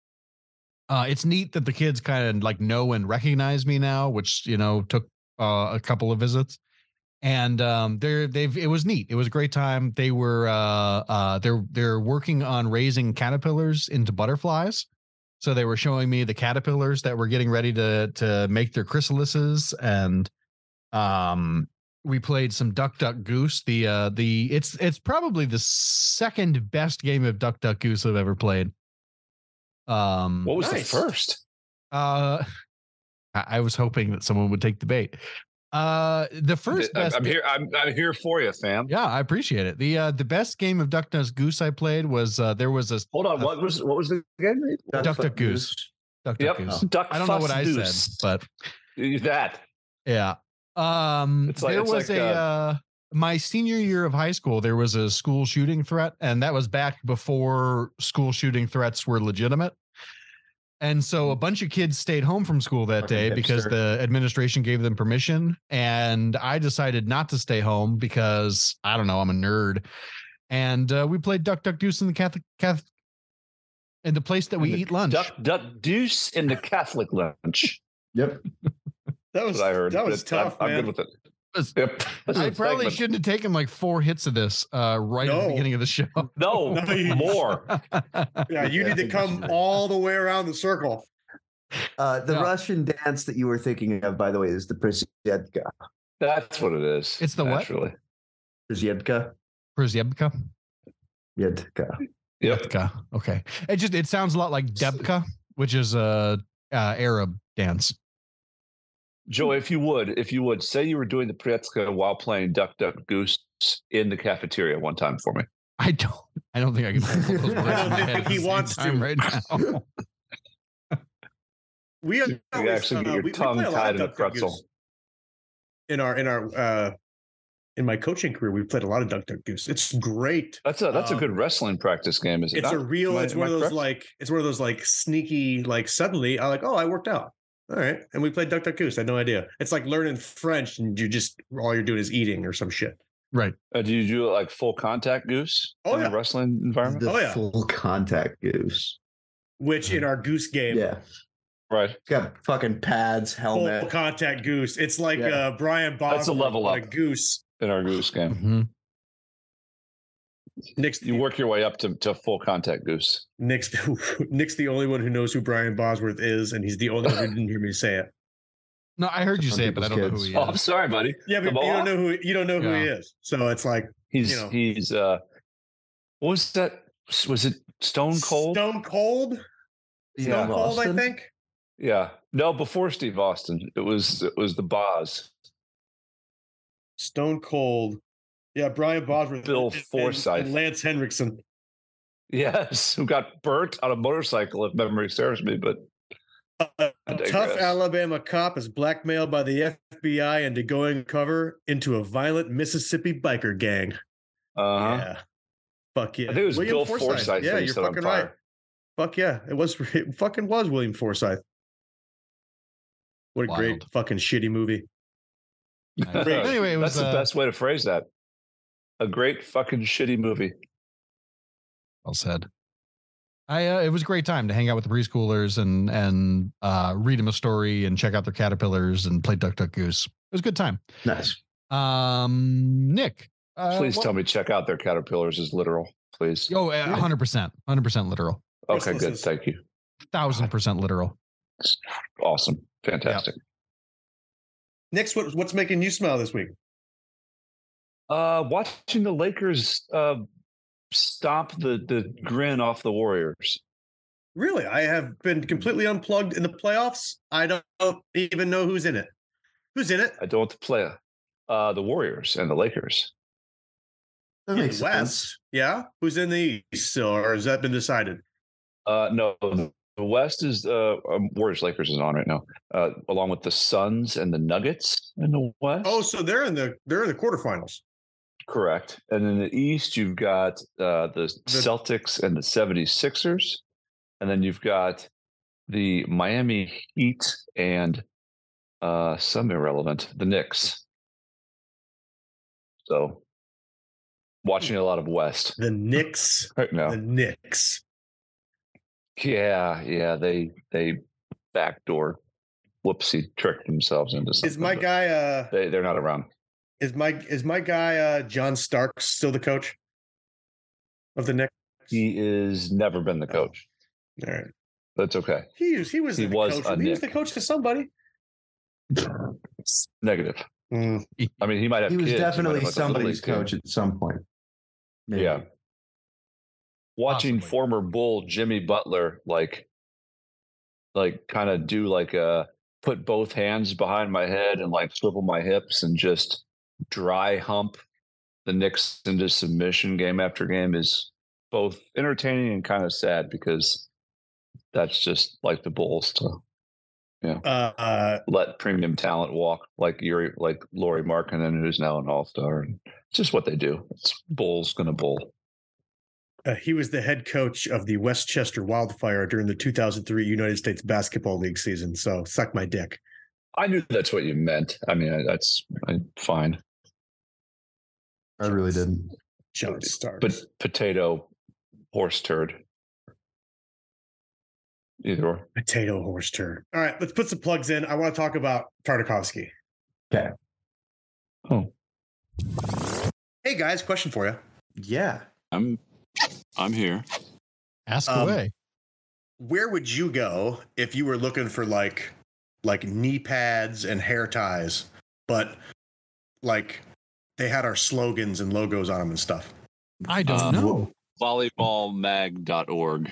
Speaker 1: uh it's neat that the kids kind of like know and recognize me now which you know took uh, a couple of visits and um they're they've it was neat it was a great time they were uh uh they're they're working on raising caterpillars into butterflies so they were showing me the caterpillars that were getting ready to to make their chrysalises and um we played some Duck Duck Goose. The uh the it's it's probably the second best game of Duck Duck Goose I've ever played. Um
Speaker 4: What was
Speaker 2: Nice.
Speaker 4: the first?
Speaker 1: uh I, I was hoping that someone would take the bait. Uh the first
Speaker 4: I-
Speaker 1: best
Speaker 4: I'm here. I'm, I'm here for you, fam.
Speaker 1: Yeah, I appreciate it. The uh the best game of Duck Duck Goose I played was uh there was a
Speaker 4: Hold on.
Speaker 1: Uh,
Speaker 4: What was what was the game?
Speaker 1: Duck Duck
Speaker 3: Fuck
Speaker 1: Goose. Duck Duck
Speaker 4: Yep.
Speaker 1: Goose.
Speaker 4: Duck.
Speaker 1: I don't know
Speaker 4: Fuss
Speaker 1: what I
Speaker 4: Goose.
Speaker 1: said, but
Speaker 4: that.
Speaker 1: Yeah. Um
Speaker 4: It's like-
Speaker 1: there
Speaker 4: it's
Speaker 1: was
Speaker 4: like,
Speaker 1: a
Speaker 4: uh,
Speaker 1: uh my senior year of high school there was a school shooting threat and that was back before school shooting threats were legitimate. And so a
Speaker 4: Mm-hmm.
Speaker 1: bunch of kids stayed home from school that
Speaker 3: Fucking
Speaker 1: day because
Speaker 3: hipster.
Speaker 1: the administration gave them permission and I decided not to stay home because I don't know, I'm a nerd. And uh, we played Duck Duck Goose in the Catholic Catholic in the place that we
Speaker 4: the
Speaker 1: eat lunch.
Speaker 4: Duck. Duck. Deuce in the Catholic lunch.
Speaker 3: Yep.
Speaker 2: That
Speaker 4: That's
Speaker 2: was
Speaker 4: what I heard.
Speaker 2: that was
Speaker 4: It- I'm-
Speaker 2: tough,
Speaker 4: I'm,
Speaker 2: man.
Speaker 4: good with it.
Speaker 1: That's-
Speaker 4: Yep. That's
Speaker 1: I
Speaker 4: the thing,
Speaker 1: probably
Speaker 4: but-
Speaker 1: shouldn't have taken like four hits of this uh, right at the
Speaker 2: No.
Speaker 1: beginning of the show.
Speaker 4: No,
Speaker 2: No, you-
Speaker 4: more.
Speaker 2: yeah, you need to come all the way around the circle.
Speaker 3: Uh, the
Speaker 1: Yeah.
Speaker 3: Russian dance that you were thinking of, by the way, is the Prisiedka.
Speaker 4: That's what it is.
Speaker 1: It's the what?
Speaker 4: naturally.
Speaker 3: Prisiedka?
Speaker 1: Przyjebka?
Speaker 3: Yedka.
Speaker 4: Yep.
Speaker 1: Yebka. Okay. It just it sounds a lot like Debka, which is a uh, Arab dance.
Speaker 4: Joe, if you would, if you would, say you were doing the Prietzka while playing Duck Duck Goose in the cafeteria one time for me.
Speaker 1: I don't I don't think I can pull those words in my head
Speaker 2: think
Speaker 1: at
Speaker 2: he
Speaker 1: the same
Speaker 2: wants to.
Speaker 1: time right now.
Speaker 2: We
Speaker 4: You could
Speaker 2: always,
Speaker 4: actually get
Speaker 2: uh,
Speaker 4: your
Speaker 2: we- we play
Speaker 4: tongue
Speaker 2: a lot
Speaker 4: tied
Speaker 2: of
Speaker 4: in a
Speaker 2: Duck Duck Goose.
Speaker 4: pretzel.
Speaker 2: In our in our uh in my coaching career, we played a lot of Duck Duck Goose. It's great.
Speaker 4: That's a that's a
Speaker 2: Um,
Speaker 4: good wrestling practice game, is it?
Speaker 2: It's a
Speaker 4: not?
Speaker 2: real.
Speaker 4: Am I-
Speaker 2: it's
Speaker 4: am
Speaker 2: one
Speaker 4: I
Speaker 2: of those
Speaker 4: correct?
Speaker 2: like. It's one of those like sneaky. Like suddenly, I like. Oh, I worked out. All right, and we played Duck Duck Goose. I had no idea. It's like learning French, and you just all you're doing is eating or some shit.
Speaker 1: right.
Speaker 4: Uh, do you do like full contact goose
Speaker 2: Oh,
Speaker 4: in a
Speaker 2: yeah.
Speaker 4: wrestling environment?
Speaker 3: The
Speaker 2: Oh, yeah.
Speaker 3: full contact goose.
Speaker 2: Which
Speaker 4: Mm-hmm.
Speaker 2: in our goose game,
Speaker 3: Yeah.
Speaker 4: Right.
Speaker 3: It's got fucking pads,
Speaker 2: full
Speaker 3: helmet.
Speaker 2: contact goose. It's like
Speaker 3: Yeah.
Speaker 2: uh, Brian Bond.
Speaker 4: oh, That's a level
Speaker 2: on A
Speaker 4: up.
Speaker 2: goose.
Speaker 4: In our goose game.
Speaker 1: Mhm.
Speaker 2: Nick's
Speaker 4: You work your way up to, to full contact goose.
Speaker 2: Nick's Nick's the only one who knows who Brian Bosworth is, and he's the only one who didn't hear me say it.
Speaker 1: No, I heard you
Speaker 3: Some
Speaker 1: say it, but I don't
Speaker 3: people's
Speaker 1: know who
Speaker 3: kids.
Speaker 1: he
Speaker 4: Oh, I'm
Speaker 1: is.
Speaker 4: sorry, budody.
Speaker 2: Yeah, but you
Speaker 4: The Mohawk?
Speaker 2: don't know who you don't know who he is. So it's like
Speaker 4: He's
Speaker 2: You know.
Speaker 4: he's uh what was that? Was it Stone Cold?
Speaker 2: Stone Cold, Stone
Speaker 4: Yeah.
Speaker 2: Cold. I
Speaker 3: Austin?
Speaker 2: think.
Speaker 4: Yeah. No, before Steve Austin, it was it was the Boz.
Speaker 2: Stone Cold. Yeah, Brian Bosworth,
Speaker 4: Bill
Speaker 2: and- and-
Speaker 4: Forsyth.
Speaker 2: and Lance Henriksen.
Speaker 4: Yes, who got burnt on a motorcycle, if memory serves me. But
Speaker 2: A
Speaker 4: I
Speaker 2: tough
Speaker 4: digress.
Speaker 2: Alabama cop is blackmailed by the FBI into going cover into a violent Mississippi biker gang.
Speaker 4: uh
Speaker 2: Yeah, fuck yeah.
Speaker 4: I think it was Bill Forsyth
Speaker 2: Yeah,
Speaker 4: that he
Speaker 2: you're
Speaker 4: set on
Speaker 2: fucking
Speaker 4: fire.
Speaker 2: right. Fuck yeah, it was. It fucking was William Forsyth. What a great
Speaker 1: Wild.
Speaker 2: fucking shitty movie. Great.
Speaker 1: Anyway, it was,
Speaker 4: that's the
Speaker 1: uh,
Speaker 4: best way to phrase that. A great fucking shitty movie.
Speaker 1: Well said. I uh, it was a great time to hang out with the preschoolers and and uh, read them a story and check out their caterpillars and play Duck Duck Goose. It was a good time.
Speaker 3: Nice.
Speaker 1: Um, Nick, uh,
Speaker 4: Please
Speaker 1: what-
Speaker 4: tell me, check out their caterpillars is literal, please.
Speaker 1: Oh, uh, 100%, 100% literal,
Speaker 4: okay, good.
Speaker 2: Restlessness.
Speaker 4: Thank you.
Speaker 1: 1000% literal.
Speaker 4: Awesome, fantastic.
Speaker 2: Next, what, what's making you smile this week?
Speaker 4: Uh, watching the Lakers uh, stomp the the grin off the Warriors.
Speaker 2: Really, I have been completely unplugged in the playoffs. I don't even know who's in it. Who's in it?
Speaker 4: I don't play uh, the Warriors and the Lakers.
Speaker 3: That
Speaker 2: In
Speaker 3: makes
Speaker 2: the West. Yeah. Who's in the East? Or has that been decided?
Speaker 4: Uh, no, the West is uh, um, Warriors Lakers is on right now, uh, along with the Suns and the Nuggets in the West.
Speaker 2: Oh, so they're in the they're in the quarterfinals.
Speaker 4: correct. And in the East, you've got uh, the,
Speaker 2: The-
Speaker 4: Celtics and the 76ers. And then you've got the Miami Heat and uh, some irrelevant, the Knicks. So watching a lot of West
Speaker 2: The Knicks.
Speaker 4: right now.
Speaker 2: The Knicks.
Speaker 4: Yeah, yeah, they they backdoor whoopsie tricked themselves into something.
Speaker 2: Is my
Speaker 4: but
Speaker 2: guy uh
Speaker 4: They they're not around.
Speaker 2: is my is my guy uh John Stark still the coach of the Knicks?
Speaker 4: He is never been the
Speaker 2: Oh.
Speaker 4: coach.
Speaker 2: All right.
Speaker 4: That's okay.
Speaker 2: He was he was
Speaker 4: He
Speaker 2: the
Speaker 4: was
Speaker 2: coach.
Speaker 4: a
Speaker 2: He was
Speaker 4: Knick.
Speaker 2: the coach to somebody.
Speaker 4: Negative.
Speaker 2: Mm,
Speaker 1: E,
Speaker 5: Um,
Speaker 4: I mean, he might have.
Speaker 3: He was
Speaker 4: kids, might have
Speaker 3: definitely
Speaker 4: went to little
Speaker 3: somebody's
Speaker 4: league team.
Speaker 3: coach at some point. Maybe.
Speaker 4: Yeah. Watching
Speaker 1: Possibly.
Speaker 4: former Bull Jimmy Butler like, like kind of do like a put both hands behind my head and like swivel my hips and just dry hump the Knicks into submission game after game is both entertaining and kind of sad because that's just like the Bulls to
Speaker 2: uh, uh,
Speaker 4: let premium talent walk like Yuri, like Laurie Markkinen, who's now an All Star, and it's just what they do. It's Bulls gonna bull.
Speaker 2: uh, he was the head coach of the Westchester Wildfire during the 2003 United States Basketball League season. So suck my dick.
Speaker 4: I knew that's what you meant. I mean, I, that's I, fine,
Speaker 3: I really didn't.
Speaker 2: John Stark.
Speaker 4: but potato, horse turd, either or.
Speaker 2: potato horse turd. All right, let's put some plugs in. I want to talk about Tartakovsky.
Speaker 4: Oh,
Speaker 2: Hey guys, question for you.
Speaker 3: Yeah.
Speaker 4: I'm, I'm here.
Speaker 1: Ask
Speaker 2: Um,
Speaker 1: away.
Speaker 2: where would you go if you were looking for like like knee pads and hair ties but like they had our slogans and logos on them and stuff
Speaker 1: I don't
Speaker 5: um,
Speaker 1: know.
Speaker 5: volleyballmag.org.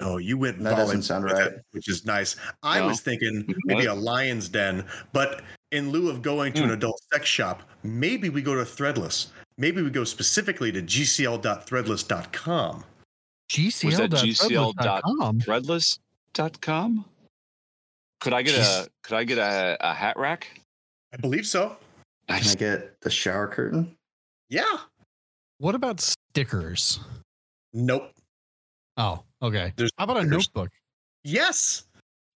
Speaker 2: oh you went
Speaker 3: That doesn't
Speaker 2: volleyball
Speaker 3: sound
Speaker 2: with
Speaker 3: right.
Speaker 2: it, which is nice i
Speaker 5: No.
Speaker 2: was thinking maybe a lion's den but in lieu of going to an
Speaker 4: Hmm.
Speaker 2: adult sex shop maybe we go to threadless maybe we go specifically to gcl.threadless.com
Speaker 5: Was that
Speaker 1: GCL.com.
Speaker 5: Threadless.com? Could I get
Speaker 2: Jeez.
Speaker 5: a could I get a, a hat rack?
Speaker 2: i believe so
Speaker 5: I
Speaker 3: Can I
Speaker 5: just
Speaker 3: get the shower curtain?
Speaker 2: yeah
Speaker 1: What about stickers?
Speaker 2: nope
Speaker 1: Oh, okay.
Speaker 2: There's-
Speaker 1: How about a
Speaker 2: there's-
Speaker 1: notebook?
Speaker 2: yes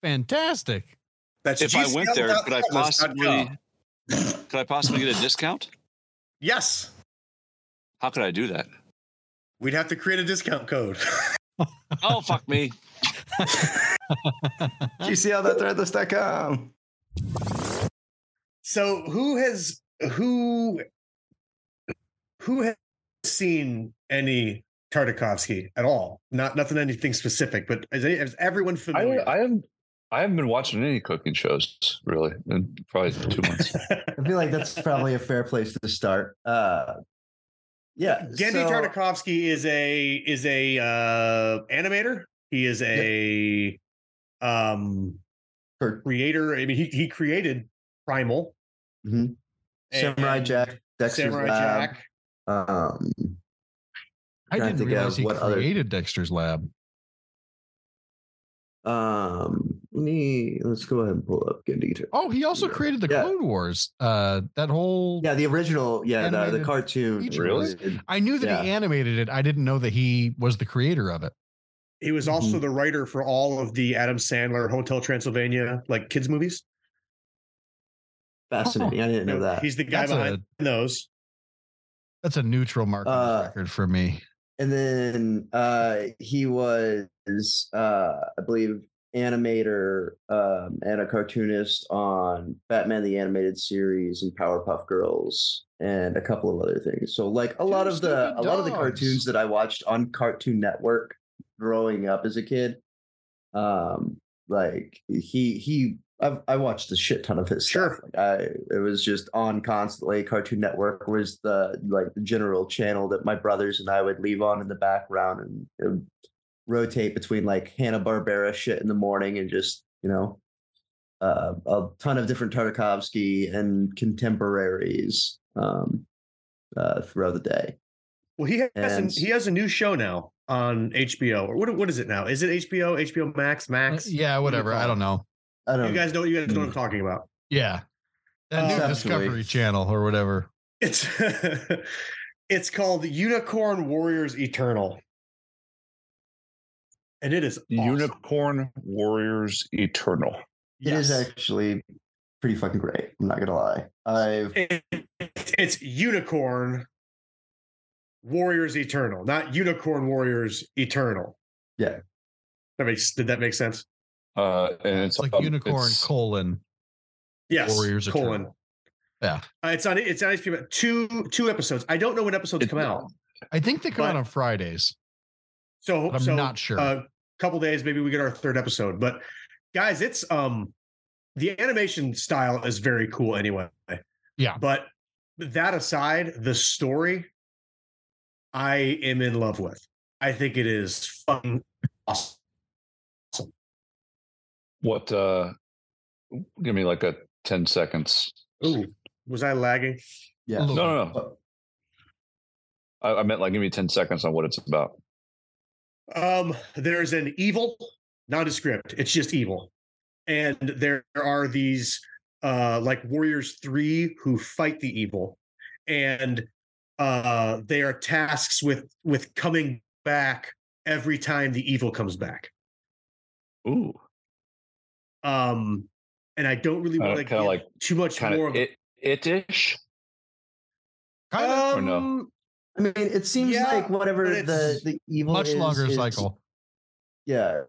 Speaker 1: Fantastic.
Speaker 2: that's
Speaker 5: if I went there, could I possibly
Speaker 2: GCL.threadless.com.
Speaker 5: could I possibly get a discount?
Speaker 2: yes
Speaker 5: How could I do that?
Speaker 2: We'd have to create a discount code.
Speaker 5: Oh fuck me.
Speaker 3: Do you see how that threadless.com?
Speaker 2: so who has who who has seen any Tartakovsky at all? Not nothing anything specific, but is, any, is everyone
Speaker 4: I
Speaker 2: familiar?
Speaker 4: I haven't I haven't been watching any cooking shows really in probably two months.
Speaker 3: I feel like that's probably a fair place to start. Uh, yeah.
Speaker 2: Gendy
Speaker 3: so-
Speaker 2: Tartakovsky is a is a uh, animator. He is a um
Speaker 3: Cor-
Speaker 2: creator. I mean, he he created Primal,
Speaker 3: mhm. Samurai
Speaker 2: and
Speaker 3: Jack, Dexter's
Speaker 2: Samurai
Speaker 3: Lab,
Speaker 2: Jack.
Speaker 3: Um,
Speaker 1: I
Speaker 3: Trying to
Speaker 1: didn't
Speaker 3: think
Speaker 1: realize
Speaker 3: of
Speaker 1: he
Speaker 3: what other-
Speaker 1: created Dexter's Lab.
Speaker 3: um, let me let's go ahead and pull up Gendy. Tar-
Speaker 1: Oh, he also
Speaker 3: Yeah.
Speaker 1: created the
Speaker 3: Yeah.
Speaker 1: Clone Wars. Uh, that whole.
Speaker 3: Oh, Yeah, the original. Yeah, the, the
Speaker 1: Animated
Speaker 3: cartoon.
Speaker 1: feature.
Speaker 4: Really?
Speaker 3: was-
Speaker 1: I knew that he
Speaker 3: Yeah.
Speaker 1: animated it. I didn't know that he was the creator of it.
Speaker 2: He was also
Speaker 3: Mm-hmm.
Speaker 2: the writer for all of the Adam Sandler Hotel Transylvania like kids movies.
Speaker 3: Fascinating. I didn't know that.
Speaker 2: He's the guy
Speaker 1: That's
Speaker 2: behind those.
Speaker 1: That's a neutral market
Speaker 3: Uh,
Speaker 1: record for me.
Speaker 3: and then uh he was uh i believe animator um and a cartoonist on batman the animated series and powerpuff girls and a couple of other things so like a lot
Speaker 1: Two
Speaker 3: of the
Speaker 1: stupid
Speaker 3: a lot of the
Speaker 1: dogs.
Speaker 3: cartoons that i watched on cartoon network growing up as a kid um like he he I've, I watched a shit ton of his
Speaker 2: Sure.
Speaker 3: stuff. Like I, it was just on constantly. Cartoon Network was the like the general channel that my brothers and I would leave on in the background, and it would rotate between like Hanna Barbera shit in the morning and just you know uh, a ton of different Tartakovsky and contemporaries um, uh, throughout the day.
Speaker 2: Well, he has an,
Speaker 3: And-
Speaker 2: he has a new show now on HBO or what what is it now? Is it HBO? HBO Max? Max?
Speaker 1: Uh, yeah, whatever. I don't know.
Speaker 3: I don't.
Speaker 2: You guys know you guys
Speaker 3: hmm.
Speaker 2: know what I'm talking about.
Speaker 1: Yeah, that new
Speaker 2: Conceptually.
Speaker 1: Discovery Channel or whatever.
Speaker 2: It's it's called Unicorn Warriors Eternal. And it is awesome.
Speaker 4: Unicorn Warriors Eternal.
Speaker 3: It is actually pretty fucking great. I'm not gonna lie. I've
Speaker 2: It- it's Unicorn Warriors Eternal, not Unicorn Warriors Eternal.
Speaker 3: Yeah.
Speaker 2: That makes did that make sense?
Speaker 4: Uh, and it's,
Speaker 1: It's like
Speaker 4: um,
Speaker 1: unicorn
Speaker 4: it's-
Speaker 1: colon.
Speaker 2: Yes.
Speaker 1: Warriors
Speaker 2: colon.
Speaker 1: Eternal. Yeah.
Speaker 2: Uh, it's on it's on HBO. Two two episodes. I don't know when episodes
Speaker 4: It-
Speaker 2: come out.
Speaker 1: I think they come
Speaker 2: But-
Speaker 1: out on Fridays.
Speaker 2: So
Speaker 1: But I'm
Speaker 2: so,
Speaker 1: not sure.
Speaker 2: A couple days, maybe we get our third episode. But guys, it's um the animation style is very cool anyway.
Speaker 1: Yeah.
Speaker 2: But that aside, the story I am in love with. I think it is fun. Awesome.
Speaker 4: What? uh Give me like a ten seconds.
Speaker 2: Ooh, was I lagging?
Speaker 3: yeah.
Speaker 4: No, no, no. I, I meant like give me ten seconds on what it's about.
Speaker 2: Um, there's an evil nondescript. It's just evil. And there are these uh like warriors three who fight the evil. And uh they are tasks with with coming back every time the evil comes back.
Speaker 4: Ooh,
Speaker 2: Um and I don't really want
Speaker 4: kind
Speaker 2: to give
Speaker 4: of Uh, like
Speaker 2: too much
Speaker 4: kind
Speaker 2: more
Speaker 4: of
Speaker 2: of it.
Speaker 4: it itish.
Speaker 1: Kind of
Speaker 4: or
Speaker 3: Um,
Speaker 4: no?
Speaker 3: I mean, it seems
Speaker 2: Yeah,
Speaker 3: like whatever
Speaker 2: but
Speaker 3: the
Speaker 2: it's
Speaker 3: the evil
Speaker 1: much
Speaker 3: Oh, is,
Speaker 1: longer
Speaker 3: is-
Speaker 1: cycle.
Speaker 3: yeah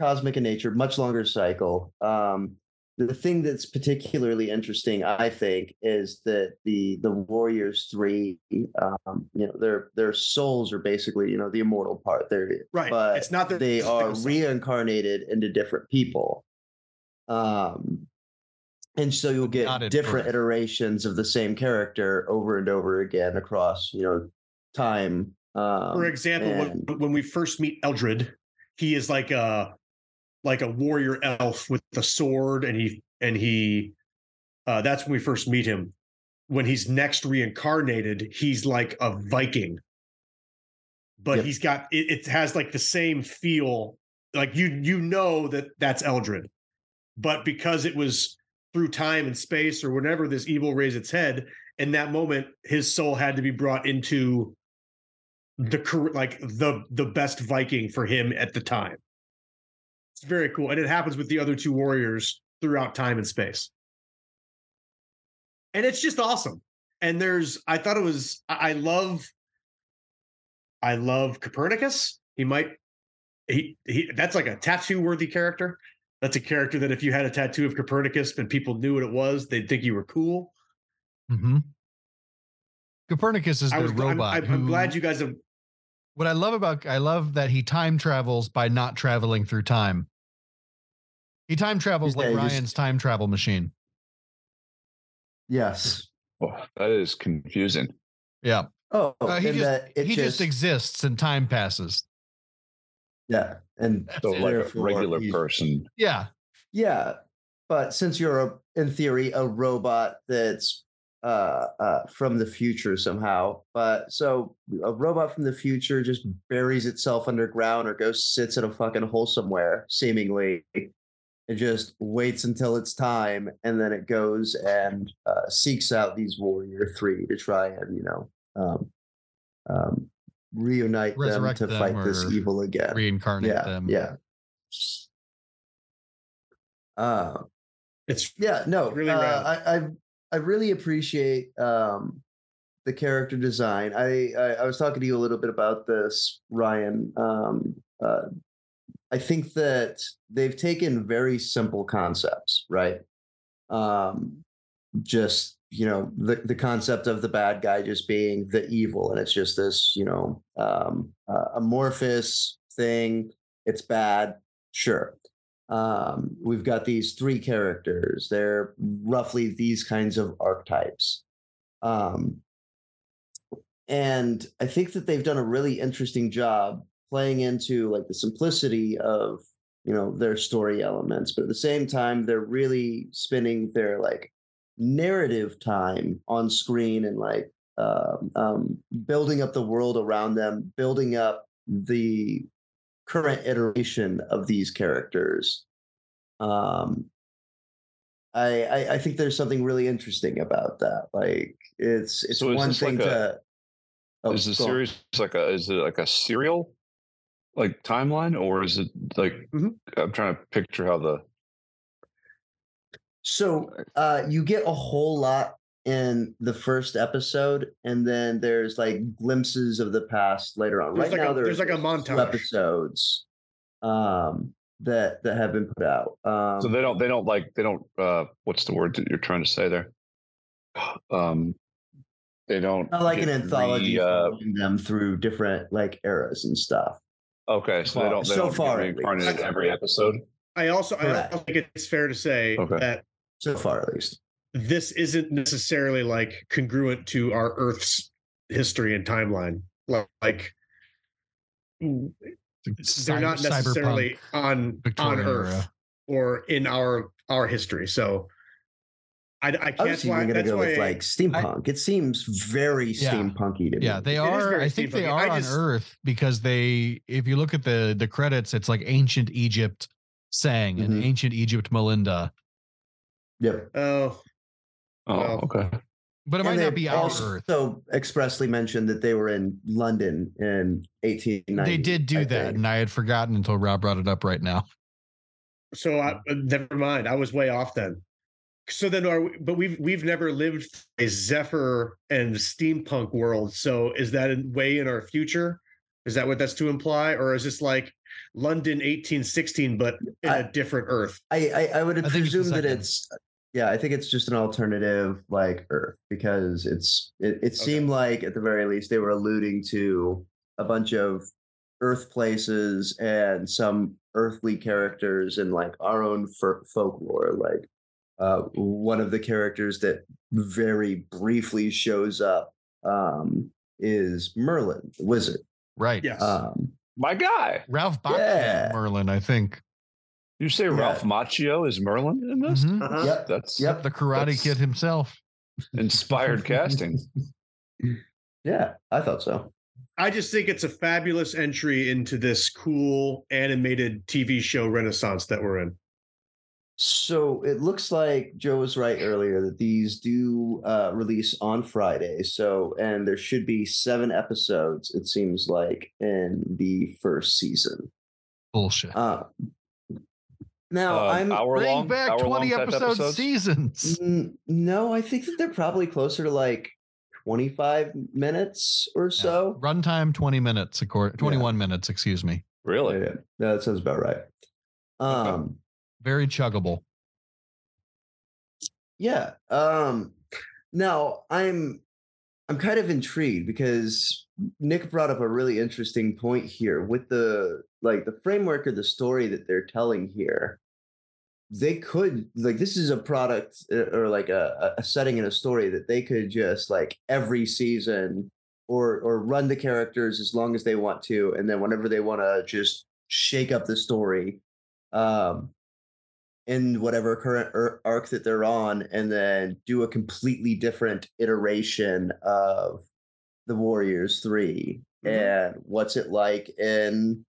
Speaker 3: cosmic in nature much longer cycle um the thing that's particularly interesting i think is that the the warriors three um you know their their souls are basically you know the immortal part they're
Speaker 2: right.
Speaker 3: but
Speaker 2: it's not that
Speaker 3: they are
Speaker 2: so-
Speaker 3: reincarnated into different people um and so you'll get
Speaker 1: not in
Speaker 3: different
Speaker 1: order.
Speaker 3: iterations of the same character over and over again across you know time um
Speaker 2: For example,
Speaker 3: and-
Speaker 2: when, when we first meet Eldred, he is like a like a warrior elf with the sword, and he and he uh, that's when we first meet him. When he's next reincarnated, he's like a Viking, but
Speaker 3: Yep.
Speaker 2: he's got it, it has like the same feel. Like you you know that that's Eldred, but because it was through time and space or whenever this evil raised its head, in that moment, his soul had to be brought into the cor- like the the best Viking for him at the time. It's very cool, and it happens with the other two warriors throughout time and space, and it's just awesome. And there's, I thought it was, I I love, I love Copernicus. He might, he he, that's like a tattoo worthy character. That's a character that if you had a tattoo of Copernicus and people knew what it was, they'd think you were cool.
Speaker 1: hmm Copernicus is
Speaker 2: I
Speaker 1: the
Speaker 2: was, I'm,
Speaker 1: robot.
Speaker 2: I'm, I'm
Speaker 1: who-
Speaker 2: glad you guys have.
Speaker 1: What I love about I love that he time travels by not traveling through time. He time travels
Speaker 3: Yeah,
Speaker 1: like
Speaker 3: he just-
Speaker 1: Ryan's time travel machine.
Speaker 3: yes
Speaker 4: Oh, that is confusing.
Speaker 1: Yeah,
Speaker 3: Oh,
Speaker 1: Uh, he
Speaker 3: and
Speaker 1: just-
Speaker 3: that it
Speaker 1: he just, exists and time passes.
Speaker 3: yeah, and
Speaker 1: That's
Speaker 4: So
Speaker 1: it.
Speaker 4: like a
Speaker 3: Therefore,
Speaker 4: regular
Speaker 3: he's-
Speaker 4: person.
Speaker 1: Yeah,
Speaker 3: yeah, but since you're a, in theory a robot that's uh, uh, from the future somehow, but so a robot from the future just buries itself underground or goes sits in a fucking hole somewhere, seemingly, and just waits until it's time, and then it goes and uh, seeks out these warrior three to try and you know um, um, reunite them
Speaker 1: Resurrect
Speaker 3: to
Speaker 1: them
Speaker 3: fight this
Speaker 1: or
Speaker 3: evil again.
Speaker 1: reincarnate
Speaker 3: yeah,
Speaker 1: them.
Speaker 3: Yeah. Uh,
Speaker 2: It's
Speaker 3: yeah, no,
Speaker 2: Really
Speaker 3: uh,
Speaker 2: rad.
Speaker 3: I, I I really appreciate um, the character design. I, I I was talking to you a little bit about this, Ryan. Um, uh, I think that they've taken very simple concepts, right? Um, just you know the the concept of the bad guy just being the evil, and it's just this you know um, uh, amorphous thing. It's bad, sure um, we've got these three characters they're roughly these kinds of archetypes um, and i think that they've done a really interesting job playing into like the simplicity of you know their story elements but at the same time they're really spending their like narrative time on screen and like um, um, building up the world around them building up the current iteration of these characters um I, I i think there's something really interesting about that like it's it's
Speaker 4: So is
Speaker 3: one
Speaker 4: this
Speaker 3: thing
Speaker 4: like
Speaker 3: to oh,
Speaker 4: is the
Speaker 3: go on.
Speaker 4: series like a is it like a serial like timeline or is it like
Speaker 2: Mhm.
Speaker 4: I'm trying to picture how the
Speaker 3: So uh, you get a whole lot in the first episode, and then there's like glimpses of the past later on.
Speaker 2: There's
Speaker 3: right
Speaker 2: like a-
Speaker 3: now, there
Speaker 2: there's
Speaker 3: are
Speaker 2: like a
Speaker 3: two
Speaker 2: montage.
Speaker 3: episodes um, that that have been put out. Um,
Speaker 4: so they don't they don't like they don't uh what's the word that you're trying to say there um they don't
Speaker 3: not like an
Speaker 4: get
Speaker 3: anthology
Speaker 4: re- uh,
Speaker 3: following them through different like eras and stuff.
Speaker 4: okay so they don't they
Speaker 3: So
Speaker 4: don't
Speaker 3: far,
Speaker 4: get
Speaker 3: at least.
Speaker 4: reincarnated every episode
Speaker 2: I also, I
Speaker 3: Correct.
Speaker 2: also think it's fair to say
Speaker 4: Okay.
Speaker 2: that
Speaker 3: So far, at least.
Speaker 2: this isn't necessarily like congruent to our Earth's history and timeline. Like, like they're not
Speaker 1: Cy-
Speaker 2: necessarily on on
Speaker 1: Victorian
Speaker 2: Earth
Speaker 1: era.
Speaker 2: or in our our history. So I, I
Speaker 3: I
Speaker 2: can't.
Speaker 3: was even
Speaker 2: why-
Speaker 3: going to
Speaker 2: that's
Speaker 3: go with
Speaker 2: why-
Speaker 3: like steampunk. it seems very
Speaker 1: Yeah.
Speaker 3: steampunky to me.
Speaker 1: Yeah, they
Speaker 2: It is
Speaker 1: are.
Speaker 2: very
Speaker 1: I think they
Speaker 2: steampunk.
Speaker 1: are
Speaker 2: I
Speaker 1: on
Speaker 2: just-
Speaker 1: Earth because they, if you look at the the credits, it's like ancient Egypt sang and
Speaker 3: Mhm.
Speaker 1: ancient Egypt Melinda.
Speaker 3: Yep.
Speaker 2: Oh,
Speaker 4: oh
Speaker 2: Well,
Speaker 4: okay
Speaker 1: But it
Speaker 3: And
Speaker 1: might
Speaker 3: they
Speaker 1: not be our
Speaker 3: also
Speaker 1: Earth.
Speaker 3: expressly mentioned that they were in London in 1890.
Speaker 1: They did do
Speaker 3: I
Speaker 1: that,
Speaker 3: think.
Speaker 1: and I had forgotten until Rob brought it up right now.
Speaker 2: so I,
Speaker 1: Mm.
Speaker 2: uh, never mind. I was way off then. So then, are we, but we've we've never lived a Zephyr and steampunk world. So is that in, way in our future? Is that what that's to imply, or is this like London 1816 but in a
Speaker 3: I-
Speaker 2: different Earth?
Speaker 3: I, I, I would
Speaker 1: I think it's the
Speaker 3: presume that
Speaker 1: second.
Speaker 3: it's yeah. I think it's just an alternative like Earth because it's it, it
Speaker 2: Okay.
Speaker 3: seemed like at the very least they were alluding to a bunch of Earth places and some earthly characters and like our own fo- folklore. Like uh, one of the characters that very briefly shows up um, is Merlin, the wizard.
Speaker 1: Right.
Speaker 2: Yes.
Speaker 3: Um,
Speaker 4: my guy
Speaker 1: Ralph Bakshi
Speaker 3: Yeah.
Speaker 1: is Merlin, I think.
Speaker 4: you say Ralph Macchio is Merlin in this
Speaker 1: Mhm.
Speaker 2: Uh-huh.
Speaker 3: Yep.
Speaker 4: that's
Speaker 3: Yep.
Speaker 1: The Karate
Speaker 4: That's-
Speaker 1: Kid himself.
Speaker 4: inspired casting
Speaker 3: Yeah, I thought so.
Speaker 2: I just think it's a fabulous entry into this cool animated TV show renaissance that we're in.
Speaker 3: So it looks like Joe was right earlier that these do uh, release on Friday. So, and there should be seven episodes, it seems like, in the first season.
Speaker 1: Bullshit.
Speaker 3: Uh, now, I'm.
Speaker 4: hour
Speaker 1: Bring
Speaker 4: long
Speaker 1: back
Speaker 4: hour
Speaker 1: 20
Speaker 4: long
Speaker 1: episode seasons.
Speaker 3: Mm, no, I think that they're probably closer to like 25 minutes or so.
Speaker 1: Runtime 20 minutes, according 21 minutes, excuse me.
Speaker 4: really
Speaker 3: Yeah, yeah, that sounds about right. Um,
Speaker 1: Very chuggable.
Speaker 3: Yeah. Um now I'm I'm kind of intrigued because Nick brought up a really interesting point here with the like the framework of the story that they're telling here. They could like this is a product uh, or like a, a- a setting in a story that they could just like every season or or run the characters as long as they want to, and then whenever they want to just shake up the story. Um, in whatever current ar- arc that they're on and then do a completely different iteration of the warriors 3 and what's it like in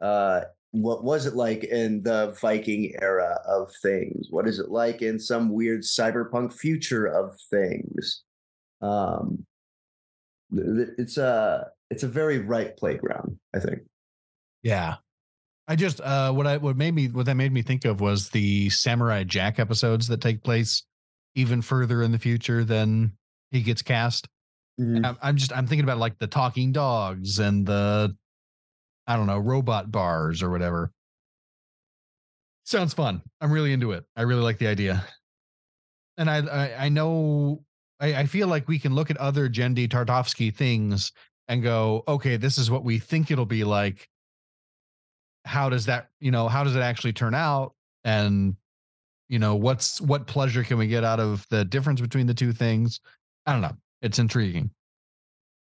Speaker 3: uh what was it like in the viking era of things what is it like in some weird cyberpunk future of things um th- th- it's a it's a very ripe playground i think
Speaker 1: Yeah. I just uh what I what made me what that made me think of was the Samurai Jack episodes that take place even further in the future than he gets cast. I'm, I'm just I'm thinking about like the talking dogs and the I don't know robot bars or whatever. Sounds fun. I'm really into it. I really like the idea. And I I, I know I, I feel like we can look at other Jendy Tartovsky things and go, okay, this is what we think it'll be like. How does that you know how does it actually turn out and you know what's what pleasure can we get out of the difference between the two things? I don't know. It's intriguing.